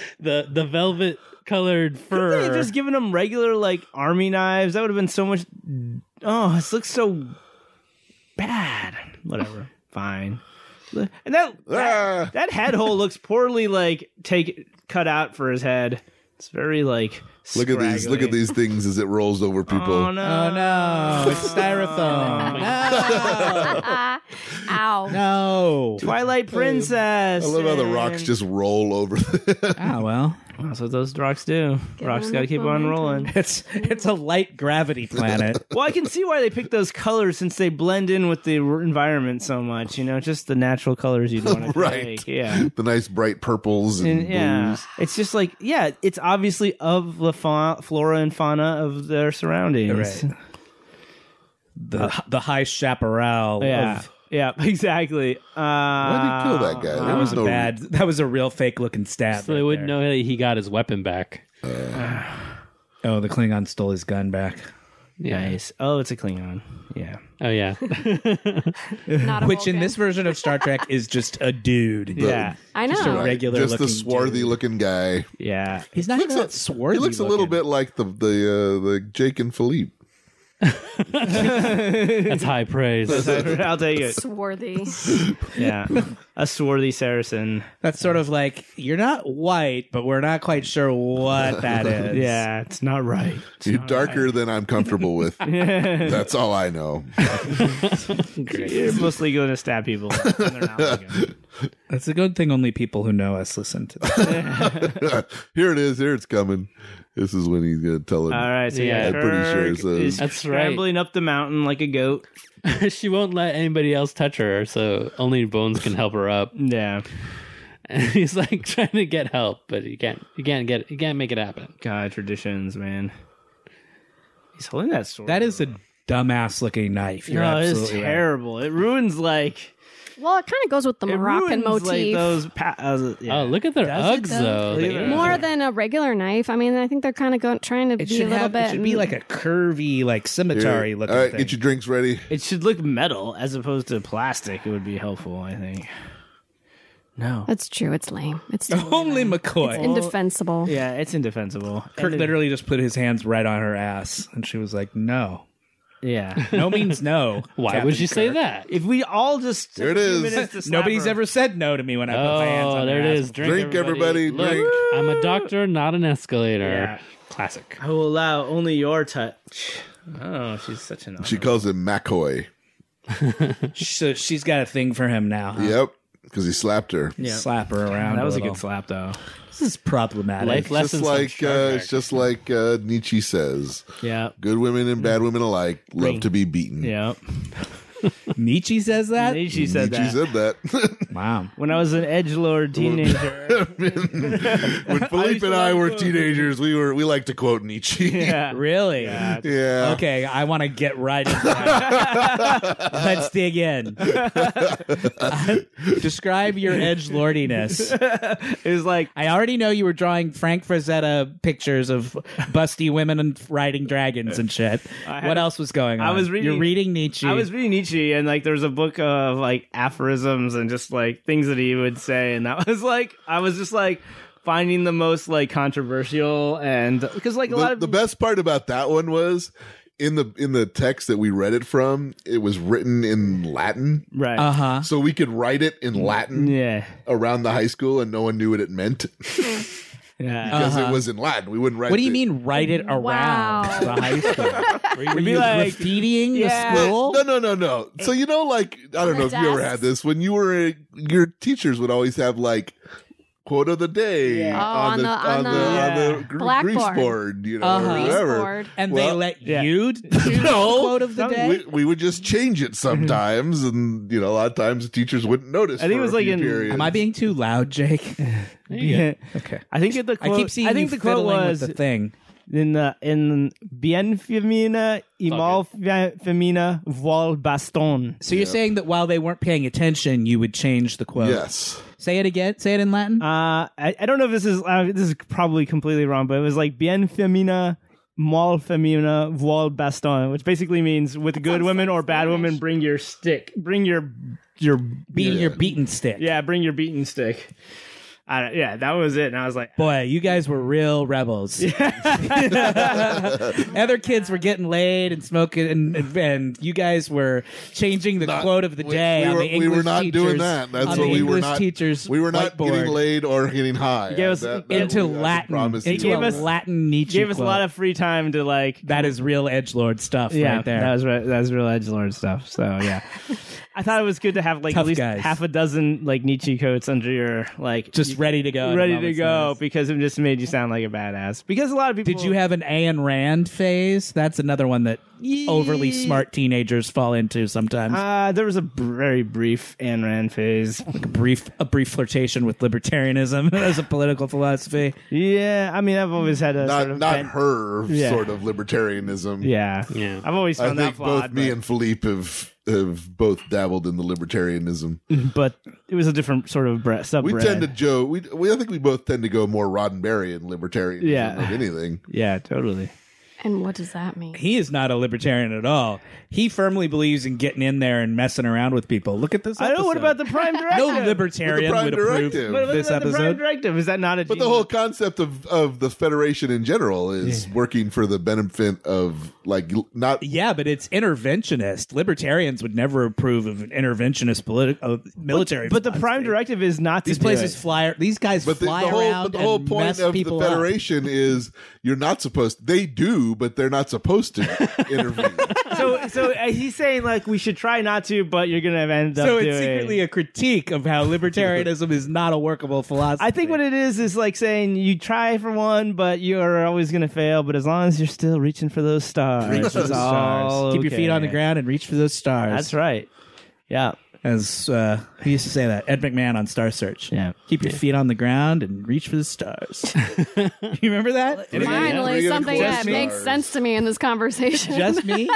Speaker 3: the the velvet colored
Speaker 4: Could
Speaker 3: fur.
Speaker 4: they just given them regular like army knives? That would have been so much. Oh, this looks so bad. Whatever, fine. And that that,
Speaker 1: Ah.
Speaker 4: that head hole looks poorly like take cut out for his head. It's very like.
Speaker 1: Look at these. Look at
Speaker 4: scraggly.
Speaker 1: these things as it rolls over people.
Speaker 4: Oh no!
Speaker 2: Oh no! It's Oh, styrofoam.
Speaker 5: ow.
Speaker 2: No. no.
Speaker 4: Twilight Princess.
Speaker 1: I love how the rocks just roll over.
Speaker 2: Ah well,
Speaker 4: That's what those rocks do. rocks
Speaker 5: on
Speaker 4: got
Speaker 5: the
Speaker 4: to keep on
Speaker 5: momentum.
Speaker 4: rolling.
Speaker 2: it's it's a light gravity planet.
Speaker 4: Well, I can see why they picked those colors since they blend in with the r- environment so much. You know, just the natural colors you'd want to
Speaker 1: Right.
Speaker 4: take. Yeah.
Speaker 1: the nice bright purples and,
Speaker 4: And, yeah,
Speaker 1: blues.
Speaker 4: it's just like yeah, it's obviously of the fa- flora and fauna of their surroundings.
Speaker 2: Right. The the high chaparral.
Speaker 4: Yeah,
Speaker 2: Of,
Speaker 4: yeah, exactly. Uh,
Speaker 1: Why did he kill that guy?
Speaker 2: Uh, that
Speaker 1: There
Speaker 2: was a
Speaker 1: no-
Speaker 2: bad. That was a real fake looking stab.
Speaker 3: so they
Speaker 2: right
Speaker 3: wouldn't
Speaker 2: there.
Speaker 3: know that he got his weapon back.
Speaker 2: Oh, the Klingon stole his gun back.
Speaker 4: Nice. Oh, it's a Klingon. Yeah.
Speaker 3: Oh yeah.
Speaker 5: Not a
Speaker 2: Which in
Speaker 5: Vulcan.
Speaker 2: this version of Star Trek is just a dude.
Speaker 4: yeah.
Speaker 5: I
Speaker 2: Just a
Speaker 5: know.
Speaker 2: regular.
Speaker 1: Just the
Speaker 2: looking
Speaker 1: swarthy
Speaker 2: dude.
Speaker 1: looking guy.
Speaker 4: Yeah.
Speaker 2: He's not even that swarthy.
Speaker 1: He looks a little bit like the the uh, the Jake and Philippe.
Speaker 3: That's high praise.
Speaker 4: I'll take it.
Speaker 5: Swarthy.
Speaker 4: Yeah, a swarthy Saracen.
Speaker 2: That's sort of like you're not white, but we're not quite sure what that is.
Speaker 4: Yeah, it's not right.
Speaker 1: You're darker than I'm comfortable with. That's all I know.
Speaker 4: You're mostly going to stab people. when they're not looking.
Speaker 2: that's a good thing. Only people who know us listen to. That.
Speaker 1: here it is. Here it's coming. This is when he's gonna tell it.
Speaker 4: All right, so
Speaker 3: Yeah,
Speaker 4: yeah,
Speaker 3: I'm
Speaker 1: pretty sure
Speaker 4: Kirk
Speaker 1: it's a-
Speaker 4: is
Speaker 3: That's right.
Speaker 4: scrambling up the mountain like a goat.
Speaker 3: she won't let anybody else touch her, so only Bones can help her up.
Speaker 4: Yeah,
Speaker 3: And he's like trying to get help, but he can't. He can't get. He can't make it happen.
Speaker 4: God, traditions, man. He's holding that sword.
Speaker 2: that is a dumbass looking knife. You're
Speaker 4: no, it's
Speaker 2: absolutely right.
Speaker 4: terrible. It ruins like
Speaker 5: Well, it kind of goes with the
Speaker 4: it
Speaker 5: Moroccan
Speaker 4: ruins, like,
Speaker 5: motif.
Speaker 4: those pa- uh, yeah.
Speaker 3: Oh, look at their
Speaker 2: Does it,
Speaker 3: Uggs
Speaker 2: though?
Speaker 3: though.
Speaker 4: Look at
Speaker 3: They-
Speaker 4: their-
Speaker 5: More than a regular knife. I mean, I think they're kind of going trying to
Speaker 2: It
Speaker 5: be a
Speaker 2: should
Speaker 5: little
Speaker 2: have.
Speaker 5: bit.
Speaker 2: It should be like a curvy, like
Speaker 1: Here.
Speaker 2: scimitar looking.
Speaker 1: all right,
Speaker 2: thing.
Speaker 1: get your drinks ready.
Speaker 4: It should look metal as opposed to plastic. It would be helpful, I think. No.
Speaker 5: That's true. It's lame. It's totally
Speaker 2: Only
Speaker 5: lame.
Speaker 2: McCoy.
Speaker 5: It's indefensible.
Speaker 4: Yeah, it's indefensible.
Speaker 2: Kirk
Speaker 4: And it-
Speaker 2: literally just put his hands right on her ass, and she was like, "No,
Speaker 4: Yeah.
Speaker 2: no means no."
Speaker 3: Why
Speaker 2: Captain
Speaker 3: would you say
Speaker 2: Kirk.
Speaker 3: that?
Speaker 4: If we all just
Speaker 1: There it
Speaker 4: took a few
Speaker 1: is.
Speaker 4: minutes to slap
Speaker 2: Nobody's
Speaker 4: her.
Speaker 2: ever said no to me when I put my hands
Speaker 3: Oh,
Speaker 2: on
Speaker 3: there
Speaker 2: their
Speaker 3: it
Speaker 2: ass
Speaker 3: is. Drink,
Speaker 1: Drink, everybody.
Speaker 3: Look,
Speaker 1: Drink.
Speaker 3: I'm a doctor, not an escalator.
Speaker 4: Yeah.
Speaker 3: Classic.
Speaker 4: I will allow only your touch. Oh, she's such an.
Speaker 1: She calls him McCoy.
Speaker 2: So she's got a thing for him now. huh?
Speaker 1: Yep, because he slapped her.
Speaker 2: Slap her around.
Speaker 4: that was a
Speaker 2: little.
Speaker 4: good slap, though.
Speaker 2: This is problematic.
Speaker 3: Life
Speaker 1: Just
Speaker 3: lessons. from
Speaker 1: like
Speaker 3: Star
Speaker 1: uh,
Speaker 3: Trek.
Speaker 1: it's just like uh, Nietzsche says,
Speaker 4: Yeah.
Speaker 1: good women and bad women alike love to be beaten.
Speaker 4: Yeah.
Speaker 2: Nietzsche says that.
Speaker 4: She said
Speaker 1: Nietzsche
Speaker 4: that.
Speaker 1: said that.
Speaker 2: Wow.
Speaker 4: when I was an edge lord teenager.
Speaker 1: when Philippe and I were teenagers, we were we like to quote Nietzsche.
Speaker 4: yeah.
Speaker 2: Really?
Speaker 1: Yeah.
Speaker 2: Okay, I want to get right into that. Let's dig in. Describe your edge lordiness.
Speaker 4: It was like
Speaker 2: I already know you were drawing Frank Frazetta pictures of busty women and riding dragons and shit.
Speaker 4: had-
Speaker 2: What else was going on?
Speaker 4: I was reading-
Speaker 2: You're reading Nietzsche.
Speaker 4: I was reading Nietzsche, and like there was a book of like aphorisms and just like things that he would say, and that was like I was just like finding the most like controversial and because like a lot
Speaker 1: The,
Speaker 4: of
Speaker 1: the best part about that one was in the in the text that we read it from, it was written in Latin.
Speaker 4: right,
Speaker 2: Uh huh.
Speaker 1: So we could write it in Latin
Speaker 4: yeah,
Speaker 1: around the high school and no one knew what it meant
Speaker 4: yeah.
Speaker 1: because it was in Latin. We wouldn't write
Speaker 2: Uh-huh. What do you
Speaker 1: it-
Speaker 2: mean? Write it around
Speaker 5: Wow.
Speaker 2: the high school? Were
Speaker 4: be
Speaker 2: you
Speaker 4: like,
Speaker 2: graffitiing
Speaker 4: yeah.
Speaker 2: the
Speaker 1: But-
Speaker 2: school?
Speaker 1: No, no, no, no. So you know, like I don't
Speaker 5: the
Speaker 1: know if you ever
Speaker 5: desks.
Speaker 1: had this. When you were, your teachers would always have like quote of the day
Speaker 5: Oh, on the- on
Speaker 1: on
Speaker 5: the-
Speaker 1: the, on the gr-
Speaker 5: Blackboard.
Speaker 1: grease board, you know,
Speaker 2: Uh-huh.
Speaker 1: or
Speaker 2: Grease
Speaker 1: whatever.
Speaker 5: board.
Speaker 2: And they
Speaker 1: Well,
Speaker 2: let
Speaker 4: yeah.
Speaker 2: you do the quote of the
Speaker 4: Some-
Speaker 2: day.
Speaker 1: We, we would just change it sometimes, and you know, a lot of times the teachers wouldn't notice.
Speaker 4: I
Speaker 1: for
Speaker 4: think it was
Speaker 1: a
Speaker 4: like
Speaker 1: few
Speaker 4: in-
Speaker 1: periods.
Speaker 2: Am I being too loud, Jake?
Speaker 3: There you go.
Speaker 2: Okay.
Speaker 4: I think that the
Speaker 2: I
Speaker 4: quote,
Speaker 2: keep seeing
Speaker 4: think
Speaker 2: you
Speaker 4: the quote
Speaker 2: fiddling
Speaker 4: was
Speaker 2: with the thing.
Speaker 4: in the in bien femina imal fe- femina vol baston.
Speaker 2: So you're saying that while they weren't paying attention, you would change the quote.
Speaker 1: Yes.
Speaker 2: Say it again. Say it in Latin.
Speaker 4: Uh, I, I don't know if this is uh, this is probably completely wrong, but it was like bien femina, mal femina, voile baston, which basically means with good women or bad women, bring your stick, bring your your
Speaker 2: Beating
Speaker 1: yeah.
Speaker 2: your beaten stick.
Speaker 4: yeah, bring your beaten stick. I, don't- yeah, that was it, and I was like,
Speaker 2: Boy, you guys were real rebels. Other kids were getting laid and smoking, and, and, and you guys were changing the
Speaker 1: Not-
Speaker 2: Uh, quote of the
Speaker 1: we-
Speaker 2: day
Speaker 1: we
Speaker 2: on
Speaker 1: were,
Speaker 2: the English
Speaker 1: we were not
Speaker 2: teachers,
Speaker 1: doing that. That's
Speaker 2: on
Speaker 1: what
Speaker 2: the
Speaker 1: we
Speaker 2: English
Speaker 1: were not.
Speaker 2: teachers.
Speaker 1: we were not getting
Speaker 2: whiteboard.
Speaker 1: laid or getting high.
Speaker 4: gave us-
Speaker 2: into
Speaker 1: we- I can
Speaker 2: Latin.
Speaker 1: promise
Speaker 2: Into
Speaker 1: you.
Speaker 4: gave
Speaker 2: a
Speaker 4: us-
Speaker 2: Latin Nietzsche.
Speaker 4: gave us a
Speaker 2: quote.
Speaker 4: lot of free time to like.
Speaker 2: that is real edge lord stuff
Speaker 4: yeah,
Speaker 2: right there.
Speaker 4: that was re- that was real edge lord stuff. So yeah, I thought it was good to have like
Speaker 2: Tough
Speaker 4: at least
Speaker 2: guys.
Speaker 4: half a dozen like Nietzsche coats under your like
Speaker 2: just ready to go. at a
Speaker 4: ready to
Speaker 2: moment's
Speaker 4: go
Speaker 2: notice.
Speaker 4: because it just made you sound like a badass. Because a lot of people
Speaker 2: Did you have an Ayn Rand phase? That's another one that overly smart teenagers fall into sometimes.
Speaker 4: Uh, there was a br- very brief Ayn Rand phase.
Speaker 2: a brief, a brief flirtation with libertarianism as a political philosophy.
Speaker 4: yeah, I mean, I've always had a sort
Speaker 1: Not
Speaker 4: of
Speaker 1: not
Speaker 4: bent-
Speaker 1: her
Speaker 4: Yeah.
Speaker 1: sort of libertarianism.
Speaker 4: Yeah,
Speaker 3: Yeah.
Speaker 4: I've always
Speaker 1: I
Speaker 4: found
Speaker 1: think
Speaker 4: that flawed.
Speaker 1: both me
Speaker 4: but,
Speaker 1: and Philippe have have both dabbled in the libertarianism.
Speaker 4: but it was a different sort of bre- sub.
Speaker 1: We tend to Joe. We, we I think we both tend to go more Roddenberry and libertarianism
Speaker 4: Yeah.
Speaker 1: than anything.
Speaker 4: Yeah, totally.
Speaker 5: And what does that mean?
Speaker 2: He is not a libertarian at all. He firmly believes in getting in there and messing around with people. Look at this.
Speaker 4: I know.
Speaker 2: episode.
Speaker 4: What about the prime directive?
Speaker 2: no
Speaker 1: With the
Speaker 2: libertarian
Speaker 1: Prime
Speaker 2: would approve
Speaker 1: Directive.
Speaker 4: But what
Speaker 2: this
Speaker 4: about the prime
Speaker 2: episode?
Speaker 4: directive is that not a?
Speaker 1: But the whole concept of, of the Federation in general is working for the benefit of like l- not
Speaker 2: Yeah, but it's interventionist. Libertarians would never approve of an interventionist political military.
Speaker 4: But the
Speaker 2: response.
Speaker 4: prime directive is not to
Speaker 2: These
Speaker 4: do
Speaker 2: places
Speaker 4: it.
Speaker 2: fly. These guys
Speaker 1: But the,
Speaker 2: fly
Speaker 1: the whole
Speaker 2: around
Speaker 1: but the whole
Speaker 2: and
Speaker 1: point
Speaker 2: mess
Speaker 1: of the
Speaker 2: people up.
Speaker 1: Federation is you're not supposed. They do, but they're not supposed to intervene.
Speaker 4: so so uh, he's saying like we should try not to, but you're gonna end up
Speaker 2: So
Speaker 4: doing.
Speaker 2: it's secretly a critique of how libertarianism is not a workable philosophy.
Speaker 4: I think what it is is like saying you try for one, but you're always gonna fail. But as long as you're still reaching for those stars,
Speaker 2: Reach
Speaker 4: it's
Speaker 2: for those
Speaker 4: all
Speaker 2: stars. Keep your feet
Speaker 4: okay.
Speaker 2: on the ground and reach for those stars.
Speaker 4: That's right. Yeah.
Speaker 2: As uh, he used to say that Ed McMahon on Star Search.
Speaker 4: Yeah.
Speaker 2: Keep your feet on the ground and reach for the stars. you remember that? Anybody?
Speaker 1: Three
Speaker 5: Finally,
Speaker 1: and a
Speaker 5: something
Speaker 1: quarter
Speaker 5: that makes
Speaker 1: stars.
Speaker 5: sense to me in this conversation.
Speaker 2: Just me?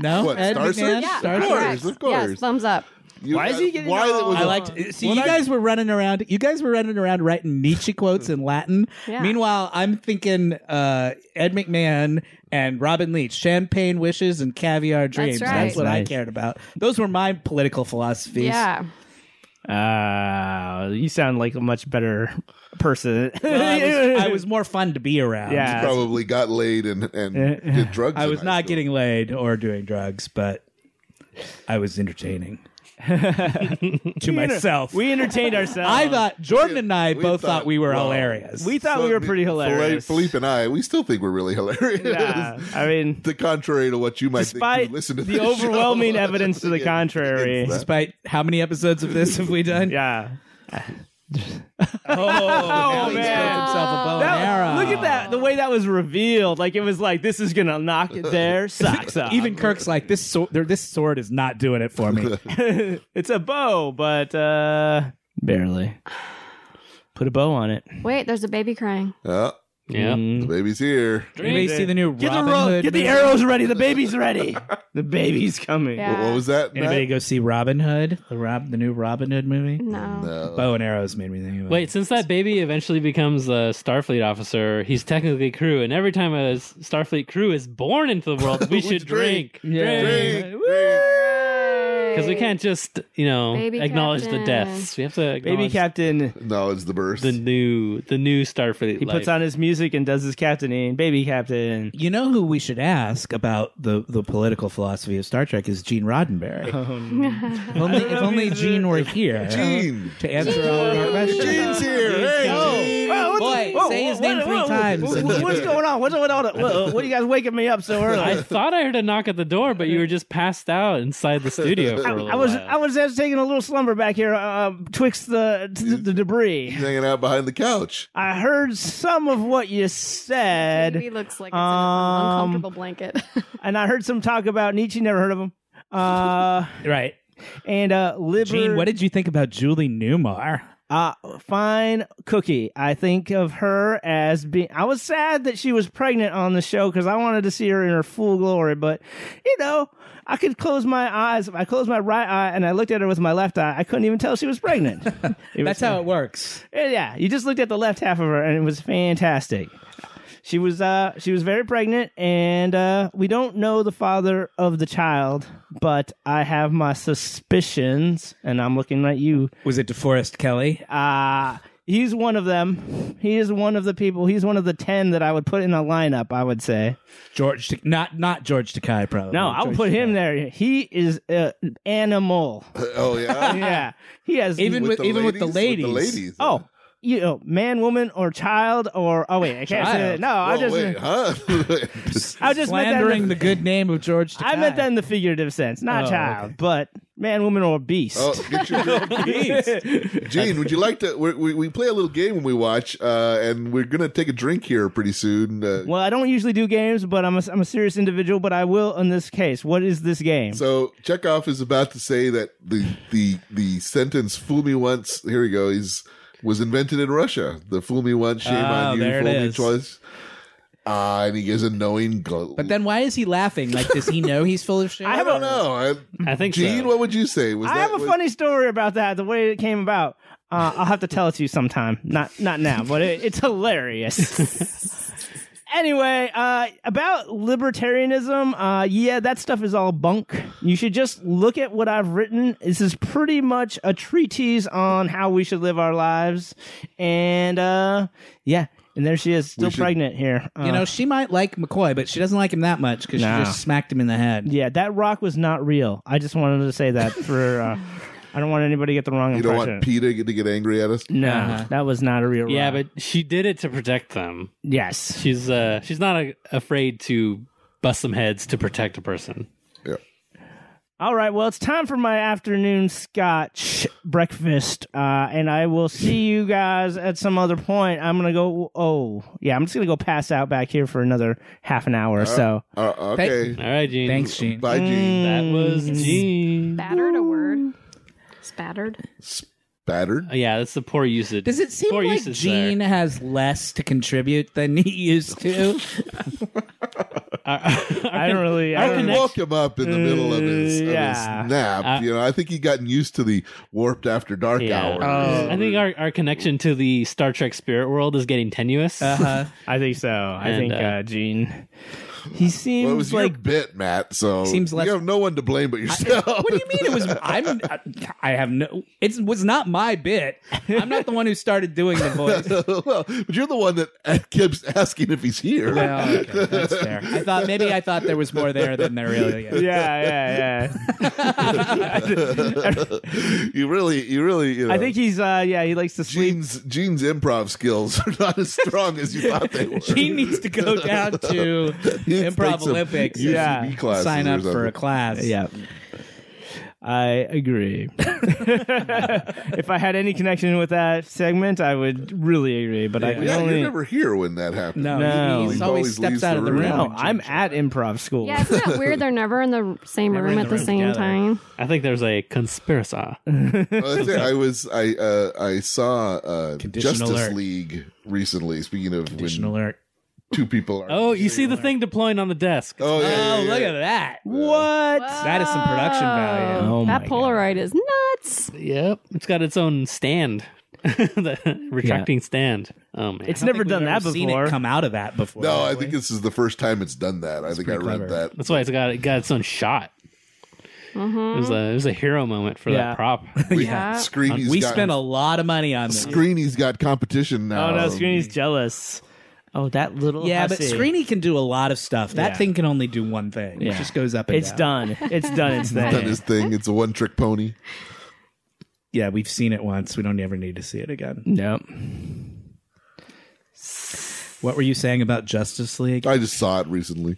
Speaker 2: No.
Speaker 1: What,
Speaker 2: Ed
Speaker 1: Star
Speaker 2: McMahon?
Speaker 1: Search?
Speaker 5: yeah,
Speaker 2: Star Search.
Speaker 5: correct.
Speaker 1: Of course, of
Speaker 5: Yes,
Speaker 1: course.
Speaker 5: thumbs up.
Speaker 1: You-
Speaker 4: Why is he getting
Speaker 1: Why that
Speaker 4: all-
Speaker 1: was
Speaker 2: I
Speaker 1: a-
Speaker 2: liked. See, you guys were running around. You guys were running around writing Nietzsche quotes in Latin.
Speaker 5: Yeah.
Speaker 2: Meanwhile, I'm thinking uh, Ed McMahon and Robin Leach, champagne wishes and caviar dreams.
Speaker 5: right.
Speaker 2: what I
Speaker 4: Nice.
Speaker 2: cared about. Those were my political philosophies.
Speaker 5: Yeah.
Speaker 4: Uh, you sound like a much better person.
Speaker 2: Well, I, was, I was more fun to be around.
Speaker 4: yeah.
Speaker 1: probably got laid and and did drugs.
Speaker 2: I
Speaker 1: in
Speaker 2: was
Speaker 1: high
Speaker 2: not
Speaker 1: school.
Speaker 2: getting laid or doing drugs, but I was entertaining to myself.
Speaker 4: we entertained ourselves.
Speaker 2: I thought Jordan and I
Speaker 1: we
Speaker 2: both
Speaker 1: thought-
Speaker 2: thought we were
Speaker 1: well,
Speaker 2: hilarious.
Speaker 4: we thought we were Oh, pretty hilarious.
Speaker 1: Philippe and I, we still think we're really hilarious.
Speaker 4: Yeah. I mean,
Speaker 1: the contrary to what you might think.
Speaker 4: despite
Speaker 1: who Listen to
Speaker 4: the
Speaker 1: this show.
Speaker 4: overwhelming evidence to the
Speaker 1: Yeah.
Speaker 4: contrary.
Speaker 2: despite how many episodes of this have we done?
Speaker 4: Yeah.
Speaker 2: Oh, he's
Speaker 4: man.
Speaker 2: built himself a bow and
Speaker 4: That-
Speaker 2: arrow.
Speaker 4: Oh, look at that. The way that was revealed. Like, it was like, this is going to knock their socks off.
Speaker 2: Even Kirk's like this. Sword, this sword is not doing it for me.
Speaker 4: it's a bow, but uh barely. Put a bow on it. Mm.
Speaker 5: Wait, there's a baby crying.
Speaker 1: Yeah,
Speaker 3: Yeah.
Speaker 1: Oh, the baby's here.
Speaker 2: Anybody see the new
Speaker 4: Get
Speaker 2: Robin
Speaker 4: the ro-
Speaker 2: Hood?
Speaker 4: get the
Speaker 2: movie?
Speaker 4: arrows ready. The baby's ready. the baby's coming.
Speaker 5: Yeah.
Speaker 1: What was that?
Speaker 2: Anybody
Speaker 1: Matt?
Speaker 2: go see Robin Hood? The Rob, the new Robin Hood movie.
Speaker 5: No.
Speaker 2: Bow and arrows made me think of it.
Speaker 3: Wait, since that baby eventually becomes a Starfleet officer, he's technically crew, and every time a S- Starfleet crew is born into the world, we should drink.
Speaker 1: Drink, drink.
Speaker 3: Because we can't just, you know,
Speaker 5: Baby
Speaker 3: acknowledge
Speaker 5: captain.
Speaker 3: the deaths. We have to acknowledge
Speaker 4: Baby captain.
Speaker 1: No, it's the burst.
Speaker 3: the new the new Starfleet.
Speaker 4: He puts on his music and does his captaining. Baby captain.
Speaker 2: You know who we should ask about the, the political philosophy of Star Trek is Gene Roddenberry.
Speaker 4: Oh,
Speaker 2: if only, if only Gene were here uh,
Speaker 1: Gene.
Speaker 2: to answer all of our questions.
Speaker 1: Gene's here. Hey, Gene.
Speaker 4: Oh,
Speaker 2: Boy, say his name three times.
Speaker 4: What, what's going on? What's going on? What, what are you guys waking me up so early?
Speaker 3: I thought I heard a knock at the door, but you were just passed out inside the studio for a little
Speaker 4: I was
Speaker 3: while.
Speaker 4: I was just taking a little slumber back here, uh, twixt the t- the debris.
Speaker 1: He's hanging out behind the couch.
Speaker 4: I heard some of what you
Speaker 5: Baby
Speaker 4: said,
Speaker 5: looks like it's in an
Speaker 4: Um,
Speaker 5: uncomfortable blanket.
Speaker 4: and I heard some talk about Nietzsche. Never heard of him. Uh,
Speaker 2: Right.
Speaker 4: and uh, liber,
Speaker 2: Gene, what did you think about Julie Newmar?
Speaker 4: uh, fine cookie. I think of her as being. I was sad that she was pregnant on the show because I wanted to see her in her full glory. But you know, I could close my eyes. If I closed my right eye and I looked at her with my left eye, I couldn't even tell she was pregnant. It was-
Speaker 2: That's how it works.
Speaker 4: Eh, Yeah, you just looked at the left half of her, and it was fantastic. She was uh she was very pregnant, and uh, we don't know the father of the child, but I have my suspicions, and I'm looking at you.
Speaker 2: Was it DeForest Kelly?
Speaker 4: Uh he's one of them. He is one of the people. He's one of the ten that I would put in a lineup. I would say
Speaker 2: George, Ta- not not George Takai, probably.
Speaker 4: no, I
Speaker 2: George
Speaker 4: would put him
Speaker 2: Takei.
Speaker 4: there. He is an animal.
Speaker 1: Oh yeah.
Speaker 4: Yeah, he has
Speaker 2: Even with, even with the ladies.
Speaker 1: With the ladies.
Speaker 4: Oh, you know, man, woman, or child, or oh wait, I can't say
Speaker 2: Child.
Speaker 4: that. No, I
Speaker 1: Well,
Speaker 4: just
Speaker 1: wait, huh?
Speaker 4: I just meant that.
Speaker 2: Slandering
Speaker 4: In the,
Speaker 2: the good name of George Takai.
Speaker 4: I meant that in the figurative sense, not
Speaker 2: Oh,
Speaker 4: child,
Speaker 2: okay.
Speaker 4: but man, woman, or beast.
Speaker 1: oh, get your drink. Gene, would you like to? we we, we play a little game when we watch, uh, and we're gonna take a drink here pretty soon. Uh,
Speaker 4: Well, I don't usually do games, but I'm a, I'm a serious individual, but I will in this case. What is this game?
Speaker 1: So Chekhov is about to say that the the the sentence "fool me once." Here we go. He's was invented in Russia. The "fool me once, shame
Speaker 2: Ah,
Speaker 1: on you."
Speaker 2: there it
Speaker 1: fool me
Speaker 2: is.
Speaker 1: twice. Ah, and he gives a knowing glow.
Speaker 2: But then why is he laughing? Like, does he know he's full of shit?
Speaker 1: I, don't know. I,
Speaker 3: I think so.
Speaker 1: Gene, what would you say? Was
Speaker 4: I
Speaker 1: that
Speaker 4: have a
Speaker 1: what-
Speaker 4: funny story about that, the way it came about. Uh, I'll have to tell it to you sometime. Not not now, but it, it's hilarious. Anyway, uh, about libertarianism, uh, yeah, that stuff is all bunk. You should just look at what I've written. This is pretty much a treatise on how we should live our lives, and uh, yeah, and there she is, still
Speaker 1: should-
Speaker 4: pregnant here. Uh,
Speaker 2: You know, she might like McCoy, but she doesn't like him that much because
Speaker 4: Nah.
Speaker 2: she just smacked him in the head.
Speaker 4: yeah, that rock was not real. I just wanted to say that for. Uh, I don't want anybody to get the wrong
Speaker 1: You don't
Speaker 4: impression.
Speaker 1: want PETA to get angry at us?
Speaker 4: no,
Speaker 2: Uh-huh.
Speaker 4: that was not a real.
Speaker 3: Yeah,
Speaker 4: rock.
Speaker 3: but she did it to protect them.
Speaker 4: yes,
Speaker 3: She's uh she's not uh afraid to bust some heads to protect a person.
Speaker 4: All right, well, it's time for my afternoon scotch breakfast, uh, and I will see you guys at some other point. I'm gonna go. Oh, yeah, I'm just gonna go pass out back here for another half an hour or so.
Speaker 1: Uh, okay.
Speaker 3: All right, Gene. Mm.
Speaker 2: Thanks, Gene.
Speaker 1: Bye, Gene.
Speaker 3: That was
Speaker 4: Mm.
Speaker 3: Gene.
Speaker 5: Spattered a word. Spattered.
Speaker 1: Battered.
Speaker 3: Uh, Yeah, that's the poor usage.
Speaker 2: Does it seem
Speaker 3: poor
Speaker 2: like
Speaker 3: usage there.
Speaker 2: Gene has less to contribute than he used to?
Speaker 3: Uh,
Speaker 4: I don't really. I
Speaker 3: our
Speaker 4: don't
Speaker 3: connect-
Speaker 1: woke him up in the middle of his, of his
Speaker 4: Yeah.
Speaker 1: nap. you know, I think he gotten used to the warped after dark
Speaker 3: Yeah. Oh.
Speaker 1: hour.
Speaker 3: I think our, our connection to the Star Trek spirit world is getting tenuous.
Speaker 2: Uh,
Speaker 4: I think so. I
Speaker 3: And,
Speaker 4: think
Speaker 3: uh,
Speaker 4: uh, Gene. He seems
Speaker 1: well, it was
Speaker 4: like
Speaker 1: your bit, Matt. So
Speaker 2: Seems less-
Speaker 1: you have no one to blame but yourself.
Speaker 2: what do you mean it was? I'm. I have no. It was not my bit. I'm not the one who started doing the voice.
Speaker 1: well, but you're the one that keeps asking if he's here.
Speaker 2: Well, Oh, okay, that's fair. I thought maybe I thought there was more there than there really is.
Speaker 4: yeah, yeah, yeah.
Speaker 1: you really, you really, you know.
Speaker 4: I think he's. uh Yeah, he likes to sleep.
Speaker 1: Gene's, Gene's improv skills are not as strong as you thought they were.
Speaker 2: Gene needs to go down
Speaker 1: He
Speaker 2: to
Speaker 1: needs to take
Speaker 2: Improv
Speaker 1: some
Speaker 2: Olympics.
Speaker 1: UCB
Speaker 4: Yeah.
Speaker 1: classes
Speaker 2: Sign
Speaker 1: or
Speaker 2: up for a
Speaker 1: something.
Speaker 2: class.
Speaker 4: Yeah. I agree. if I had any connection with that segment, I would really agree. But I can
Speaker 1: Yeah,
Speaker 4: only.
Speaker 1: you're never here when that happens.
Speaker 2: No,
Speaker 4: No.
Speaker 2: he- he's
Speaker 1: He
Speaker 2: always
Speaker 1: always
Speaker 2: steps
Speaker 1: leaves
Speaker 2: out
Speaker 1: the
Speaker 2: of the
Speaker 1: room.
Speaker 2: room.
Speaker 4: No, I'm at improv school.
Speaker 5: Yeah, isn't that weird? They're never in the same
Speaker 2: Never
Speaker 5: room
Speaker 2: in
Speaker 5: at
Speaker 2: the
Speaker 5: the,
Speaker 2: room
Speaker 5: same
Speaker 2: together.
Speaker 5: time.
Speaker 3: I think there's a conspiracy.
Speaker 1: Well, that's it. I was I uh, I saw uh,
Speaker 2: Conditional
Speaker 1: Justice
Speaker 2: alert.
Speaker 1: League recently. Speaking of
Speaker 2: Condition
Speaker 1: when
Speaker 2: alert.
Speaker 1: two people are.
Speaker 3: Oh, you see the thing deploying on the desk.
Speaker 1: Oh, yeah, yeah,
Speaker 2: Oh,
Speaker 1: yeah.
Speaker 2: look at that.
Speaker 4: What?
Speaker 2: That is some production value.
Speaker 4: Oh
Speaker 5: that
Speaker 4: my
Speaker 5: Polaroid is nuts.
Speaker 3: Yep, it's got its own stand, the retracting stand. Oh man,
Speaker 4: It's
Speaker 2: I don't
Speaker 4: never
Speaker 2: think
Speaker 4: done
Speaker 2: we've
Speaker 4: that
Speaker 2: ever seen it
Speaker 4: before.
Speaker 2: come out of that before.
Speaker 1: No, I
Speaker 2: have
Speaker 1: think
Speaker 2: we?
Speaker 1: this is the first time it's done that. I think I read
Speaker 2: clever.
Speaker 1: that.
Speaker 3: that's why it's got it got its own shot. It was a it was a hero moment for
Speaker 4: Mm-hmm. Yeah.
Speaker 3: that prop.
Speaker 2: yeah.
Speaker 5: Yeah.
Speaker 1: Screeny's
Speaker 2: we
Speaker 1: got,
Speaker 2: spent a lot of money on this.
Speaker 1: Screeny's got competition now.
Speaker 4: Oh no, Screeny's jealous. Oh, that little
Speaker 2: yeah, but
Speaker 4: hussy.
Speaker 2: Screeny can do a lot of stuff. That
Speaker 4: Yeah.
Speaker 2: thing can only do one thing. It
Speaker 4: Yeah.
Speaker 2: just goes up and
Speaker 4: It's
Speaker 2: down.
Speaker 4: done. It's done. It's
Speaker 1: done
Speaker 4: done.
Speaker 1: his thing. It's a one trick pony.
Speaker 2: Yeah, we've seen it once. We don't ever need to see it again.
Speaker 4: Nope.
Speaker 2: What were you saying about Justice League?
Speaker 1: I just saw it recently.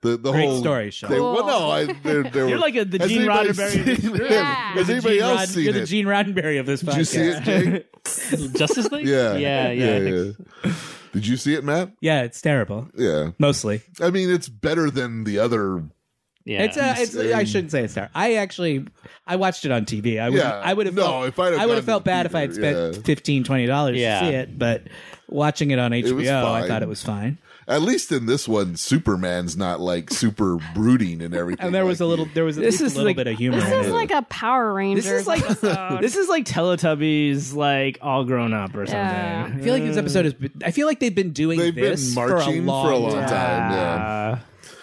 Speaker 1: The the
Speaker 2: Oh. Great
Speaker 1: whole
Speaker 2: story, Sean.
Speaker 1: They, well, no, I, they're, they
Speaker 4: You're like a- the Gene Roddenberry-
Speaker 5: Yeah.
Speaker 1: Has
Speaker 2: The
Speaker 1: anybody
Speaker 2: Gene
Speaker 1: else
Speaker 2: Rod-
Speaker 1: seen
Speaker 2: You're
Speaker 1: it?
Speaker 2: the Gene Roddenberry of this podcast.
Speaker 1: Did you see it, Jake?
Speaker 3: Justice League.
Speaker 1: Yeah.
Speaker 3: yeah, yeah. I think so.
Speaker 1: yeah. Did you see it, Matt?
Speaker 2: Yeah, it's terrible.
Speaker 1: Yeah.
Speaker 2: Mostly,
Speaker 1: I mean, it's better than the other.
Speaker 3: yeah.
Speaker 2: it's uh, it's. I shouldn't say it's terrible. I actually, I watched it on TV. I would,
Speaker 1: Yeah.
Speaker 2: I would have.
Speaker 1: No,
Speaker 2: felt,
Speaker 1: if I'd have
Speaker 2: I would
Speaker 1: gone
Speaker 2: have
Speaker 1: to
Speaker 2: felt
Speaker 1: the
Speaker 2: bad if I had
Speaker 1: theater,
Speaker 2: spent
Speaker 1: yeah.
Speaker 2: fifteen, twenty dollars
Speaker 3: Yeah.
Speaker 2: to see it. But watching it on
Speaker 1: was
Speaker 2: HBO, I
Speaker 1: fine.
Speaker 2: thought it was fine.
Speaker 1: At least in this one, Superman's not like super brooding and everything.
Speaker 2: And there was a
Speaker 1: like
Speaker 2: little, there was at
Speaker 4: This
Speaker 2: least
Speaker 4: is
Speaker 2: a little
Speaker 4: like-
Speaker 2: bit of humor.
Speaker 5: This
Speaker 2: in
Speaker 5: is
Speaker 2: it.
Speaker 5: like a Power Rangers.
Speaker 4: This is like this is like Teletubbies, like all grown up or something.
Speaker 5: Yeah.
Speaker 2: I feel like this episode is. I feel like they've been doing
Speaker 1: They've been
Speaker 2: this for a
Speaker 1: marching
Speaker 2: long,
Speaker 1: for a long
Speaker 2: time.
Speaker 1: time, yeah.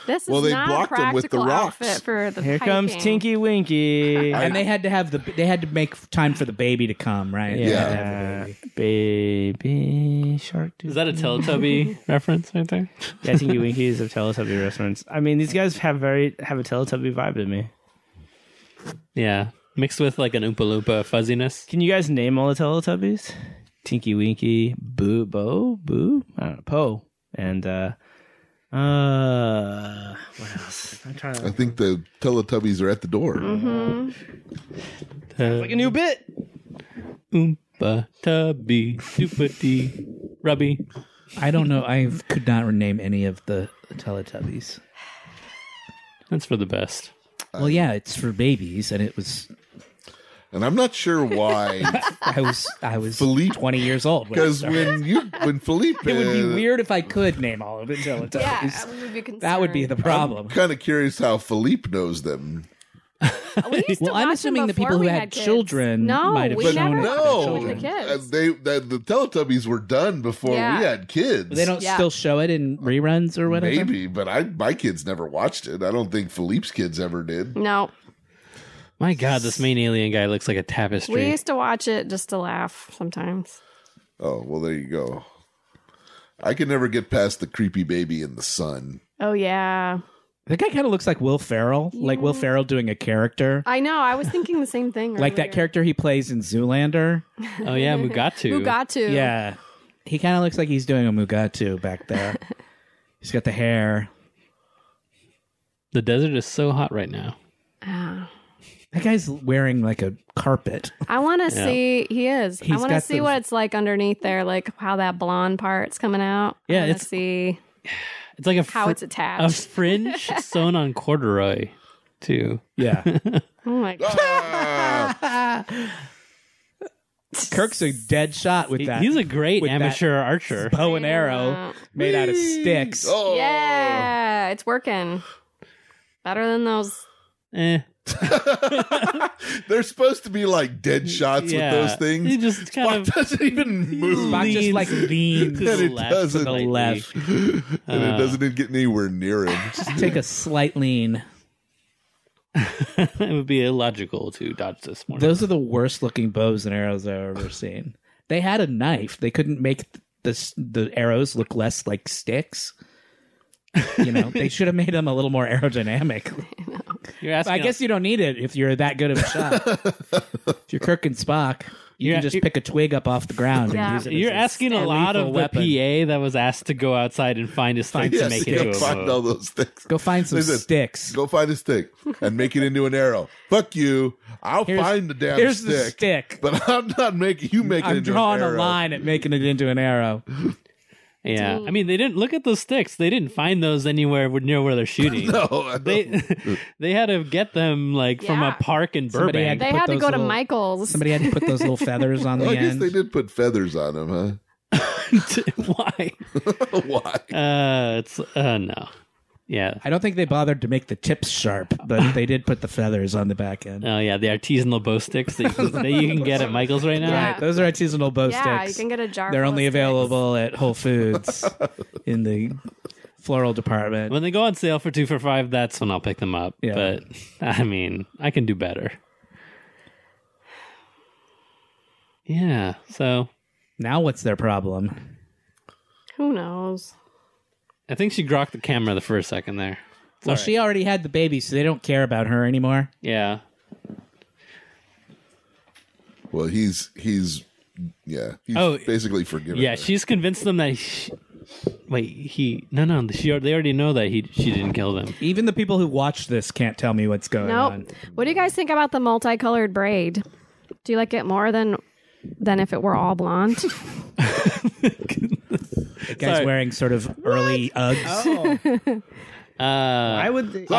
Speaker 5: this is
Speaker 1: Well, they
Speaker 5: not
Speaker 1: blocked
Speaker 5: a
Speaker 1: 'em with the
Speaker 5: practical
Speaker 1: rocks.
Speaker 5: outfit for the
Speaker 4: Ah. Here
Speaker 5: hiking.
Speaker 4: comes Tinky Winky.
Speaker 2: And they had to have the. They had to make time for the baby to come, right? They had to have the
Speaker 4: Uh,
Speaker 2: baby.
Speaker 4: baby shark. Dude.
Speaker 3: Is that a Teletubby reference right there?
Speaker 4: yeah, Tinky Winky is a Teletubby reference. I mean, these guys have very have a Teletubby vibe to me.
Speaker 3: Yeah, mixed with like an Oompa Loompa fuzziness.
Speaker 4: Can you guys name all the Teletubbies? Tinky Winky, Boo Bo Boo, I don't know, Poe, and uh, uh, what else? I'm trying to
Speaker 1: I think the Teletubbies are at the door.
Speaker 2: Mm-hmm.
Speaker 4: like a new bit.
Speaker 3: Oompa Tubby Doopity Rubby.
Speaker 2: I don't know. I could not rename any of the Teletubbies.
Speaker 3: That's for the best.
Speaker 1: Uh,
Speaker 2: Well, yeah, it's for babies, and it was.
Speaker 1: And I'm not sure why,
Speaker 2: I was. I was
Speaker 1: Philippe-
Speaker 2: twenty years old. When it
Speaker 1: because
Speaker 2: started.
Speaker 1: when you when Felipe,
Speaker 2: it would
Speaker 3: Uh,
Speaker 2: be weird if I could name all of the Teletubbies.
Speaker 5: Yeah, I would be
Speaker 2: that would be
Speaker 5: concerned.
Speaker 2: the problem.
Speaker 1: Kind of curious how Philippe knows them.
Speaker 5: We used to
Speaker 2: Well, I'm
Speaker 5: watch them
Speaker 2: assuming the
Speaker 5: before
Speaker 2: people who
Speaker 5: we
Speaker 2: had
Speaker 5: kids.
Speaker 2: children
Speaker 5: no,
Speaker 2: might have
Speaker 5: we
Speaker 1: But
Speaker 5: never
Speaker 2: shown it to their
Speaker 5: watched
Speaker 1: no,
Speaker 5: it with the
Speaker 1: uh,
Speaker 5: kids.
Speaker 1: they that the Teletubbies were done before
Speaker 5: Yeah.
Speaker 1: we had kids.
Speaker 2: They don't
Speaker 5: Yeah.
Speaker 2: still show it in reruns or whatever.
Speaker 1: maybe, but I my kids never watched it. I don't think Philippe's kids ever did.
Speaker 5: no,
Speaker 3: My God, this main alien guy looks like a tapestry.
Speaker 5: we used to watch it just to laugh sometimes.
Speaker 1: Oh well, there you go. I could never get past the creepy baby in the sun.
Speaker 5: Oh yeah,
Speaker 2: That guy kind of looks like Will Ferrell, like Will Ferrell doing a character,
Speaker 5: I know. I was thinking the same thing.
Speaker 2: like that
Speaker 5: earlier.
Speaker 2: character he plays in Zoolander.
Speaker 3: oh yeah, Mugatu.
Speaker 5: Mugatu.
Speaker 2: Yeah, he kind of looks like he's doing a Mugatu back there. he's got the hair.
Speaker 3: The desert is so hot right now.
Speaker 5: Ah.
Speaker 2: That guy's wearing like a carpet.
Speaker 5: I want to see. He is. I
Speaker 2: He's
Speaker 5: want to
Speaker 2: got
Speaker 5: see
Speaker 2: those-
Speaker 5: what it's like underneath there, like how that blonde part's coming out. I
Speaker 2: Yeah,
Speaker 5: wanna
Speaker 2: it's-
Speaker 5: see
Speaker 3: It's like a
Speaker 5: how
Speaker 3: fr-
Speaker 5: it's
Speaker 3: a
Speaker 5: attached.
Speaker 3: fringe sewn on corduroy, too.
Speaker 2: Yeah,
Speaker 5: oh my god.
Speaker 1: Ah!
Speaker 2: Kirk's a dead shot with
Speaker 3: He-
Speaker 2: that.
Speaker 3: he's a great
Speaker 2: with that-
Speaker 3: amateur archer.
Speaker 2: bow and arrow made out of sticks.
Speaker 1: oh,
Speaker 5: Yeah, it's working. Better than those.
Speaker 3: Eh,
Speaker 1: They're supposed to be like dead shots with
Speaker 3: yeah.
Speaker 1: those things.
Speaker 3: He just kind
Speaker 1: Spock
Speaker 3: of
Speaker 1: doesn't even move.
Speaker 2: Spock just
Speaker 3: leans
Speaker 2: like
Speaker 3: to
Speaker 2: leans
Speaker 1: And
Speaker 3: the
Speaker 1: it
Speaker 3: left,
Speaker 1: doesn't.
Speaker 3: to the
Speaker 2: left. Uh,
Speaker 1: and it doesn't even get anywhere near him.
Speaker 2: Take a slight lean.
Speaker 3: it would be illogical to dodge this one.
Speaker 2: Those are the worst looking bows and arrows I've ever seen. They had a knife. They couldn't make th- the s- the arrows look less like sticks. You know, they should have made them a little more aerodynamic.
Speaker 3: You're asking.
Speaker 2: I guess you don't need it if you're that good of a shot. if you're Kirk and Spock, you
Speaker 3: You're-
Speaker 2: can just
Speaker 3: you're-
Speaker 2: pick a twig up off the ground and
Speaker 5: Yeah.
Speaker 2: use it.
Speaker 3: you're
Speaker 2: as
Speaker 3: asking a lot
Speaker 2: lethal
Speaker 3: of
Speaker 2: weapon.
Speaker 3: the PA that was asked to go outside and find his thing to
Speaker 1: Yes,
Speaker 3: make
Speaker 1: go
Speaker 3: it into a
Speaker 1: find all
Speaker 3: bow.
Speaker 1: those things.
Speaker 2: Go find some
Speaker 1: They said,
Speaker 2: sticks.
Speaker 1: Go find a stick and make it into an arrow. Fuck you. I'll
Speaker 2: Here's-
Speaker 1: find the damn
Speaker 2: Here's
Speaker 1: stick.
Speaker 2: the stick.
Speaker 1: But I'm not making you make it
Speaker 2: I'm
Speaker 1: into
Speaker 2: drawing
Speaker 1: an
Speaker 2: a
Speaker 1: arrow.
Speaker 2: line at making it into an arrow.
Speaker 3: Yeah, I mean, they didn't look at those sticks. They didn't find those anywhere near where they're shooting.
Speaker 1: No, I don't-
Speaker 3: They they had to get them like from a
Speaker 5: Yeah.
Speaker 3: park in
Speaker 2: Somebody
Speaker 3: Burbank.
Speaker 2: had-
Speaker 5: They
Speaker 2: Put
Speaker 5: had to
Speaker 2: those
Speaker 5: go to
Speaker 2: little-
Speaker 5: Michael's.
Speaker 2: Somebody had to put those little feathers on the
Speaker 1: Well, I guess
Speaker 2: end.
Speaker 1: they did put feathers on him,
Speaker 3: Why?
Speaker 1: huh? Why?
Speaker 3: Uh, it's uh no. Yeah.
Speaker 2: I don't think they bothered to make the tips sharp, but they did put the feathers on the back end.
Speaker 3: Oh yeah, the artisanal bow sticks that you, that you can get at Michael's right now.
Speaker 5: Yeah.
Speaker 2: Those are artisanal bow
Speaker 5: yeah,
Speaker 2: sticks.
Speaker 5: you can get a jar.
Speaker 2: They're
Speaker 5: full
Speaker 2: only
Speaker 5: of
Speaker 2: available at Whole Foods in the floral department.
Speaker 3: When they go on sale for two for five, that's when I'll pick them up.
Speaker 2: Yeah.
Speaker 3: But I mean, I can do better. Yeah. So
Speaker 2: Now what's their problem?
Speaker 5: sticks. Who knows?
Speaker 3: I think she grokked the camera the first second there.
Speaker 2: well, she already had the baby, so they don't care about her anymore.
Speaker 3: Yeah.
Speaker 1: Well, he's he's yeah. He's
Speaker 3: Oh,
Speaker 1: basically forgiven.
Speaker 3: Yeah.
Speaker 1: her.
Speaker 3: She's convinced them that. She, wait. He. No. No. She. They already know that he. She didn't kill them.
Speaker 2: Even the people who watch this can't tell me what's going on.
Speaker 5: Nope. What do you guys think about the multicolored braid? Do you like it more than than if it were all blonde?
Speaker 2: The guy's
Speaker 3: Sorry.
Speaker 2: wearing sort of early Uggs.
Speaker 3: Uh,
Speaker 4: I would.
Speaker 3: oh, he took his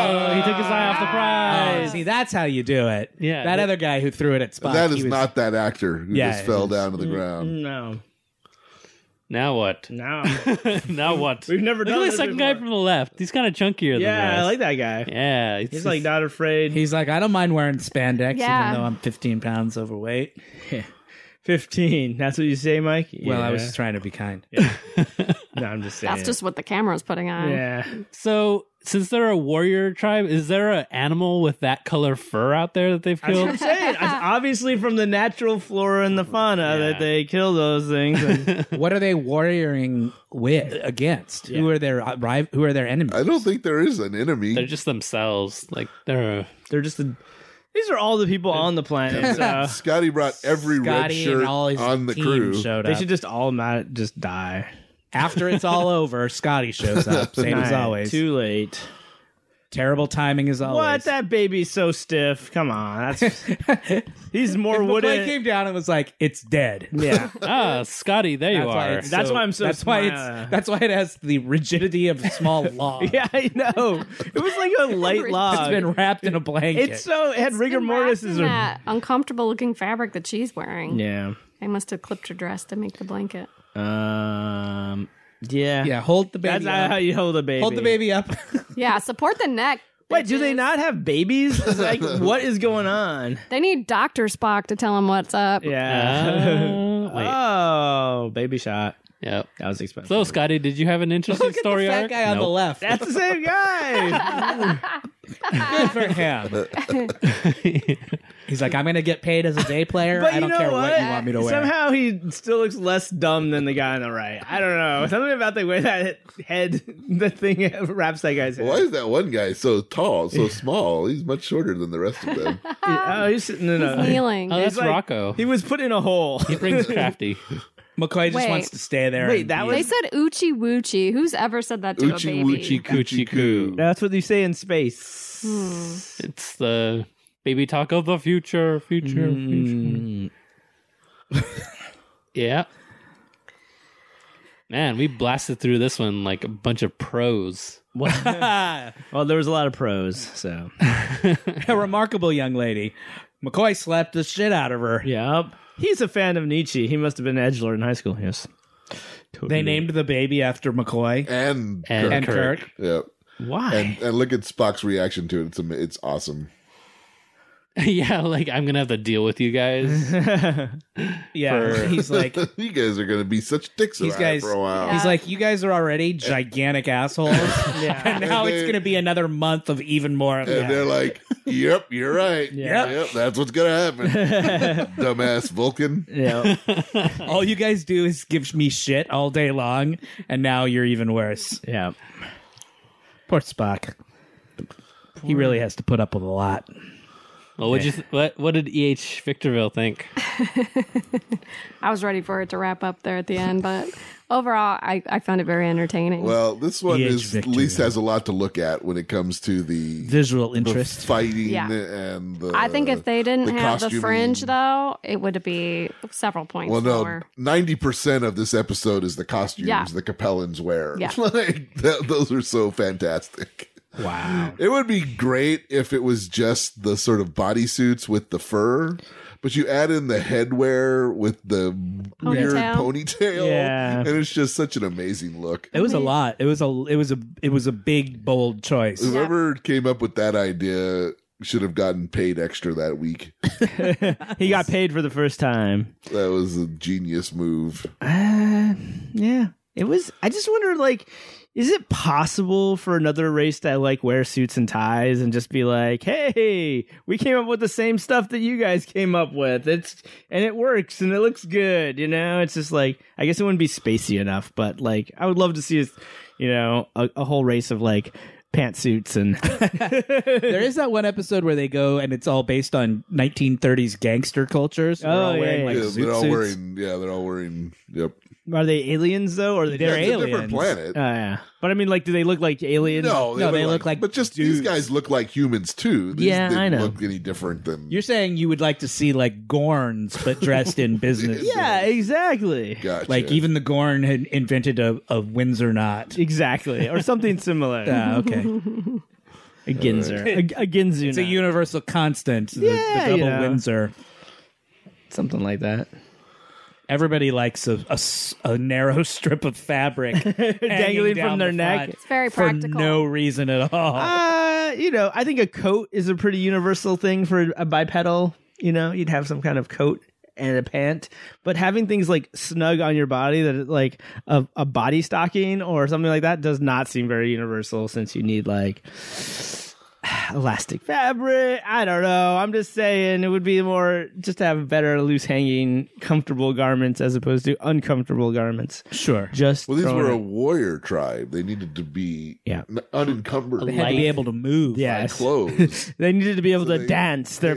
Speaker 3: eye off the prize.
Speaker 2: Oh, see, that's how you do it.
Speaker 3: Yeah,
Speaker 2: That
Speaker 3: that-
Speaker 2: other guy who threw it at Spock.
Speaker 1: that
Speaker 2: he
Speaker 1: is
Speaker 2: was-
Speaker 1: not that actor who
Speaker 2: Yeah, Mm,
Speaker 1: just
Speaker 2: it
Speaker 1: fell down to the ground.
Speaker 4: no,
Speaker 3: Now what?
Speaker 4: no.
Speaker 3: now what?
Speaker 4: We've never
Speaker 3: Look
Speaker 4: done
Speaker 3: at the
Speaker 4: this
Speaker 3: second guy
Speaker 4: before.
Speaker 3: from the left. He's kind of chunkier than the
Speaker 4: Yeah, I
Speaker 3: rest.
Speaker 4: like that guy.
Speaker 3: Yeah, it's
Speaker 4: He's like not afraid.
Speaker 2: He's like, I don't mind wearing spandex,
Speaker 5: Yeah.
Speaker 2: even though I'm 15 pounds overweight.
Speaker 4: Fifteen. That's what you say, Mike.
Speaker 2: Well, I
Speaker 4: Yeah.
Speaker 2: was trying to be kind.
Speaker 4: No, I'm just saying.
Speaker 5: That's just what the camera's putting on.
Speaker 4: Yeah.
Speaker 3: so. Since they're a warrior tribe, is there an animal with that color fur out there that they've
Speaker 4: That's what I'm
Speaker 3: killed?
Speaker 4: saying. It's obviously from the natural flora and the fauna
Speaker 3: Yeah.
Speaker 4: that they kill those things. And
Speaker 2: what are they warrioring with against? Who are their uh, rival? Who are their enemies?
Speaker 1: I don't think there is an enemy.
Speaker 3: they're just themselves. Like they're
Speaker 4: they're just. the these are all the people on the planet. So
Speaker 1: Scotty brought every red
Speaker 2: Scotty
Speaker 1: shirt
Speaker 2: and all his
Speaker 1: on the
Speaker 2: team
Speaker 1: crew.
Speaker 2: showed
Speaker 4: they
Speaker 2: up.
Speaker 4: should just all not just die.
Speaker 2: After it's all over, Scotty shows up. Same as
Speaker 4: Nah,
Speaker 2: always.
Speaker 4: Too late.
Speaker 2: Terrible timing as
Speaker 4: What?
Speaker 2: always.
Speaker 4: That baby's so stiff. Come on. That's he's more
Speaker 2: But
Speaker 4: wooden.
Speaker 2: Blake came down and was like, "It's dead."
Speaker 4: yeah.
Speaker 3: ah Scotty. There you
Speaker 2: That's why,
Speaker 3: are.
Speaker 2: it's
Speaker 4: That's why I'm so
Speaker 2: That's why
Speaker 4: smile-
Speaker 2: it's. That's why it has the rigidity of a small log.
Speaker 4: Yeah, I know. It was like a light log.
Speaker 2: it's been wrapped in a blanket.
Speaker 4: It's so it had rigor
Speaker 5: Been wrapped
Speaker 4: mortis
Speaker 5: in
Speaker 4: is a
Speaker 5: that uncomfortable looking fabric that she's wearing.
Speaker 4: yeah.
Speaker 5: I must have clipped her dress to make the blanket.
Speaker 4: Um. Yeah.
Speaker 2: yeah, hold the baby.
Speaker 4: That's not
Speaker 2: up.
Speaker 4: how you hold a baby.
Speaker 2: Hold the baby up.
Speaker 5: Yeah, support the neck.
Speaker 4: Wait, do they
Speaker 5: bitches.
Speaker 4: not have babies? It's Like, what is going on?
Speaker 5: They need Doctor Spock to tell them what's up.
Speaker 4: Yeah.
Speaker 3: Uh, wait.
Speaker 4: oh, baby shot.
Speaker 3: Yep.
Speaker 4: That was expensive.
Speaker 3: So, Scotty, did you have an interesting
Speaker 2: Look at
Speaker 3: story
Speaker 2: the fat
Speaker 3: arc?
Speaker 2: guy on the
Speaker 3: Nope.
Speaker 2: left.
Speaker 4: That's the same guy.
Speaker 2: Good for him. He's like, I'm gonna get paid as a day player.
Speaker 4: but
Speaker 2: I
Speaker 4: you
Speaker 2: don't
Speaker 4: know
Speaker 2: care
Speaker 4: what?
Speaker 2: what? you want me to wear.
Speaker 4: Somehow he still looks less dumb than the guy on the right. I don't know. Something about the way that head, the thing wraps that guy's head.
Speaker 1: Why is that one guy so tall, so small? He's much shorter than the rest of them.
Speaker 4: Oh, he's sitting in a.
Speaker 5: Kneeling.
Speaker 3: Oh,
Speaker 1: Uh,
Speaker 3: that's
Speaker 4: like-
Speaker 3: Rocco.
Speaker 4: He
Speaker 3: He
Speaker 4: was put in a hole.
Speaker 3: brings crafty.
Speaker 2: McCoy just
Speaker 5: Wait.
Speaker 2: wants to stay there.
Speaker 4: Wait,
Speaker 2: and
Speaker 4: that
Speaker 2: be-
Speaker 4: was-
Speaker 5: They said oochie woochie. Who's ever said that to a
Speaker 1: Oochie
Speaker 5: baby?
Speaker 1: woochie
Speaker 3: Coochie
Speaker 1: coochie
Speaker 3: coo.
Speaker 1: coo.
Speaker 4: That's what you say in space.
Speaker 3: Hmm. It's the baby talk of the future, future, future. yeah. Man, we blasted through this one like a bunch of pros.
Speaker 4: Well, there was a lot of pros, so.
Speaker 2: a remarkable young lady. McCoy slapped the shit out of her.
Speaker 4: yep. He's a fan of Nietzsche. He must have been an edgelord in high school. Yes.
Speaker 2: They named the baby after McCoy
Speaker 1: And,
Speaker 3: And-
Speaker 2: and Kirk.
Speaker 3: Kirk.
Speaker 1: yeah.
Speaker 4: Why?
Speaker 1: And, and look at Spock's reaction to it. It's am- it's awesome.
Speaker 3: yeah, like I'm gonna have to deal with you guys.
Speaker 2: Yeah, he's like,
Speaker 1: you guys are going to be such dicks
Speaker 2: These
Speaker 1: about
Speaker 2: guys-
Speaker 1: it for a while.
Speaker 2: he's like, you guys are already gigantic assholes. yeah, and now it's gonna be another month of even more.
Speaker 1: And they're like, "Yep, you're right.
Speaker 4: Yeah.
Speaker 1: Yep, that's what's gonna happen." Dumbass Vulcan.
Speaker 4: yeah.
Speaker 2: All you guys do is give me shit all day long, and now you're even worse.
Speaker 4: Yeah.
Speaker 2: Poor Spock. He really has to put up with a lot.
Speaker 3: well, what you th- what what did EH Victorville think?
Speaker 5: I was ready for it to wrap up there at the end, but overall, I, I found it very entertaining.
Speaker 1: Well, this one
Speaker 2: E.H.
Speaker 1: is at
Speaker 2: Victor.
Speaker 1: least has a lot to look at when it comes to the,
Speaker 2: Visual
Speaker 1: the
Speaker 2: interest.
Speaker 1: fighting
Speaker 5: Yeah.
Speaker 1: and the.
Speaker 5: I think if they didn't
Speaker 1: the
Speaker 5: have the
Speaker 1: costuming.
Speaker 5: fringe, though, it would be several points
Speaker 1: well, no,
Speaker 5: lower.
Speaker 1: ninety percent of this episode is the costumes
Speaker 5: Yeah.
Speaker 1: the Capellans wear.
Speaker 5: Yeah.
Speaker 1: like th- those are so fantastic.
Speaker 2: wow.
Speaker 1: It would be great if it was just the sort of bodysuits with the fur, but you add in the headwear with the weird
Speaker 5: Ponytail.
Speaker 1: ponytail,
Speaker 4: Yeah.
Speaker 1: and it's just such an amazing look.
Speaker 2: It was a lot. It was a it was a it was a big bold choice.
Speaker 1: Whoever came up with that idea should have gotten paid extra that week.
Speaker 4: He got paid for the first time.
Speaker 1: That was a genius move.
Speaker 4: Uh, yeah. It was. I just wonder, like, is it possible for another race to like wear suits and ties and just be like, "Hey, we came up with the same stuff that you guys came up with. It's and it works and it looks good." You know, it's just like I guess it wouldn't be spacey enough, but like I would love to see, you know, a, a whole race of like pantsuits and
Speaker 2: There is that one episode where they go and it's all based on 1930s gangster culture. So they're
Speaker 4: Oh,
Speaker 2: all
Speaker 4: yeah,
Speaker 2: wearing
Speaker 4: yeah,
Speaker 2: like
Speaker 1: yeah,
Speaker 2: zoot
Speaker 1: they're all
Speaker 2: suits.
Speaker 1: wearing. Yeah, they're all wearing. Yep,
Speaker 4: are they aliens though, or are they
Speaker 2: They're
Speaker 1: It's a
Speaker 2: aliens.
Speaker 1: different planet.
Speaker 4: Oh, yeah. But I mean, like, do they look like aliens?
Speaker 1: no,
Speaker 2: no, they look like
Speaker 1: But just these
Speaker 2: dudes.
Speaker 1: guys look like humans too. These
Speaker 4: Yeah,
Speaker 1: didn't
Speaker 4: I know.
Speaker 1: Look any different than
Speaker 2: You're saying you would like to see like Gorns, but dressed in business.
Speaker 4: Yeah, exactly.
Speaker 1: gotcha.
Speaker 2: Like even the Gorn had invented a, a Windsor knot.
Speaker 4: Exactly. Or something similar.
Speaker 2: Ah, okay.
Speaker 4: A Ginzer. A, a Ginzu.
Speaker 2: It's a
Speaker 4: knot.
Speaker 2: universal constant. The,
Speaker 4: Yeah,
Speaker 2: the double
Speaker 4: you know.
Speaker 2: Windsor.
Speaker 4: something like that.
Speaker 2: Everybody likes a, a s- a narrow strip of fabric
Speaker 4: Dangling from their neck.
Speaker 5: It's very
Speaker 2: for
Speaker 5: practical.
Speaker 2: no reason at all.
Speaker 4: Uh, you know, I think a coat is a pretty universal thing for a bipedal. You know, you'd have some kind of coat and a pant, but having things like snug on your body that it- like a, a body stocking or something like that does not seem very universal since you need like elastic fabric. I don't know. I'm just saying it would be more just to have better loose hanging comfortable garments as opposed to uncomfortable garments.
Speaker 2: sure.
Speaker 4: Just
Speaker 1: well, these
Speaker 4: throwing
Speaker 1: were a
Speaker 4: it-
Speaker 1: warrior tribe. They needed to be
Speaker 4: Yeah.
Speaker 1: n- unencumbered
Speaker 2: Had to be able to move.
Speaker 1: by
Speaker 4: yes.
Speaker 1: clothes.
Speaker 4: They needed to be able to
Speaker 1: they-
Speaker 4: dance their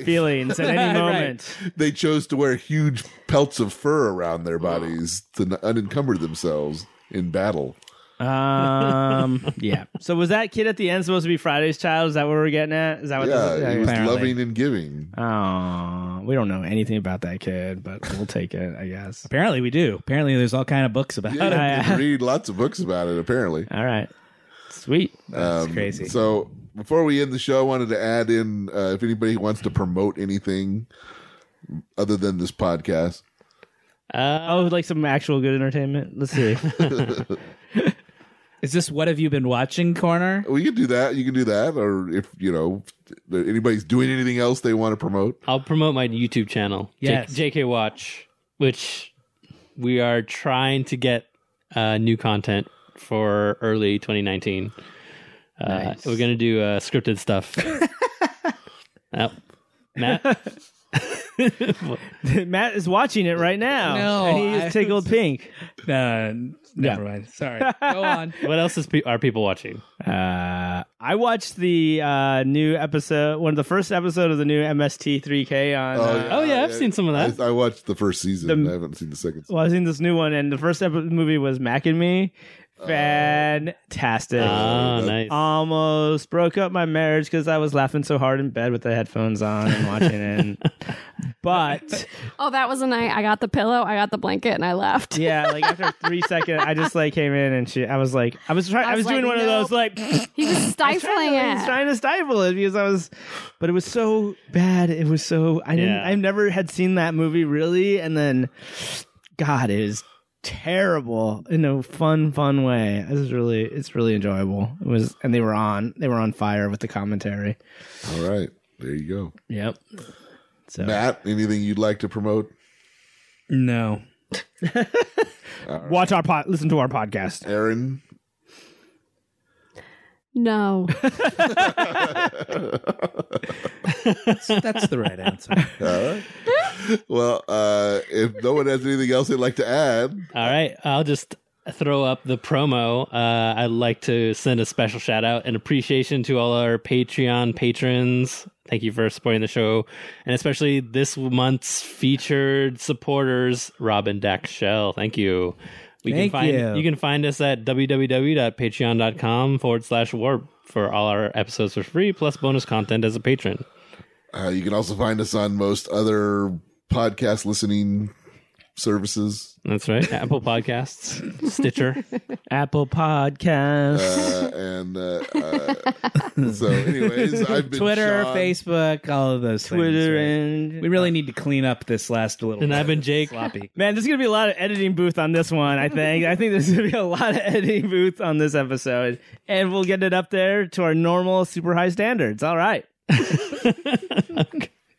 Speaker 4: feelings at
Speaker 2: Right.
Speaker 4: any moment.
Speaker 1: they chose to wear huge pelts of fur around their bodies to n- unencumber themselves in battle.
Speaker 4: Um, yeah. So was that kid at the end supposed to be Friday's child? Is that what we're getting at? Is that what?
Speaker 1: yeah,
Speaker 4: this is?
Speaker 1: it was
Speaker 4: Apparently.
Speaker 1: loving and giving.
Speaker 4: Oh, we don't know anything about that kid, but we'll take it, I guess.
Speaker 2: Apparently we do. Apparently there's all kind of books about
Speaker 1: Yeah,
Speaker 2: it.
Speaker 1: you can read lots of books about it. Apparently,
Speaker 4: All right, sweet.
Speaker 1: that's
Speaker 2: crazy.
Speaker 1: Um, So before we end the show, I wanted to add in uh, if anybody wants to promote anything other than this podcast.
Speaker 3: Uh,
Speaker 4: Oh, like some actual good entertainment. Let's see.
Speaker 2: Is this what have you been watching corner?
Speaker 1: We can do that. You can do that, or if you know if anybody's doing anything else they want to promote.
Speaker 3: I'll promote my YouTube channel, J-
Speaker 2: Yes.
Speaker 3: JK Watch, which we are trying to get uh, new content for early 2019. Uh, We're gonna do uh, scripted stuff. Yep. Matt,
Speaker 4: Matt is watching it right now.
Speaker 2: No,
Speaker 4: and he
Speaker 2: I-
Speaker 4: is tickled pink.
Speaker 2: Uh, never mind. Sorry. Go on.
Speaker 3: what else is pe- are people watching?
Speaker 4: Uh, I watched the uh, new episode, one of the first episode of the new MST3K on. uh,
Speaker 3: Oh, yeah, I've seen some of that.
Speaker 1: I, I watched the first season. I haven't seen the second.
Speaker 3: Oh.
Speaker 4: well, I seen this new one, and the first epi- movie was Mac and Me. Fantastic.
Speaker 3: Ah, nice.
Speaker 4: Almost broke up my marriage because I was laughing so hard in bed with the headphones on and watching it. but
Speaker 5: Oh, that was a night I got the pillow, I got the blanket, and I left.
Speaker 4: yeah, like after three seconds, I just like came in and she. I was like, I was trying. I
Speaker 5: I
Speaker 4: was,
Speaker 5: was
Speaker 4: doing
Speaker 5: like,
Speaker 4: one of those like.
Speaker 5: He was
Speaker 4: trying
Speaker 5: stifling
Speaker 4: to- I was
Speaker 5: it.
Speaker 4: trying to stifle it because I was, but it was so bad. It was so I didn't.
Speaker 3: Yeah.
Speaker 4: I never had seen that movie really, and then, God, it is terrible in a fun, fun way. It was really, it's really enjoyable. It was, and they were on, they were on fire with the commentary.
Speaker 1: All right, there you go,
Speaker 4: Yep.
Speaker 3: Oh.
Speaker 4: So
Speaker 1: Matt. Anything you'd like to promote?
Speaker 2: No.
Speaker 4: watch our pod, listen to our podcast.
Speaker 1: Aaron,
Speaker 5: No.
Speaker 2: That's the right answer.
Speaker 1: Well, uh, if no one has anything else they'd like to add,
Speaker 3: All right, I'll just throw up the promo. Uh, I'd like to send a special shout out and appreciation to all our Patreon patrons. Thank you for supporting the show, and especially this month's featured supporters, Robin Dax Shell. Thank you. We
Speaker 2: Thank
Speaker 3: can find
Speaker 2: you.
Speaker 3: can find us at www.patreon.com forward slash warp for all our episodes for free, plus bonus content as a patron.
Speaker 1: uh, you can also find us on most other podcast listening services
Speaker 3: That's right. Apple Podcasts, Stitcher.
Speaker 4: Apple Podcast.
Speaker 1: uh, and uh, uh, so anyways i've been
Speaker 2: Twitter,
Speaker 1: Sean.
Speaker 2: Facebook, all of those things.
Speaker 4: Twitter
Speaker 2: right?
Speaker 4: and
Speaker 2: We really need to clean up this last little
Speaker 3: And I've been Jake.
Speaker 2: sloppy.
Speaker 4: Man, there's gonna be a lot of editing booth on this one. I think. I think there's gonna be a lot of editing booth on this episode, and we'll get it up there to our normal, super high standards. All right.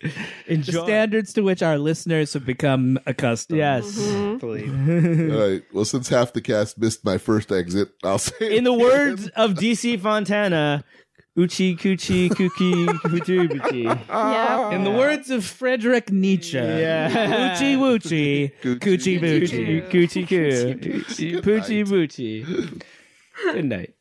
Speaker 2: The
Speaker 4: Enjoy.
Speaker 2: standards to which our listeners have become accustomed.
Speaker 4: yes.
Speaker 1: all right well since half the cast missed my first exit i'll say it
Speaker 4: In the
Speaker 1: again.
Speaker 4: words of DC Fontana, "Uchi Kuchi Kuki Kuchi Buchi."
Speaker 5: yeah.
Speaker 2: In the words of Frederick Nietzsche,
Speaker 4: Yeah.
Speaker 2: Oochie woochie,
Speaker 1: Coochie
Speaker 2: coochie
Speaker 1: woochie.
Speaker 2: boochie.
Speaker 4: Kuchi Kuchi Kuchi Poochie Boochie. Good night.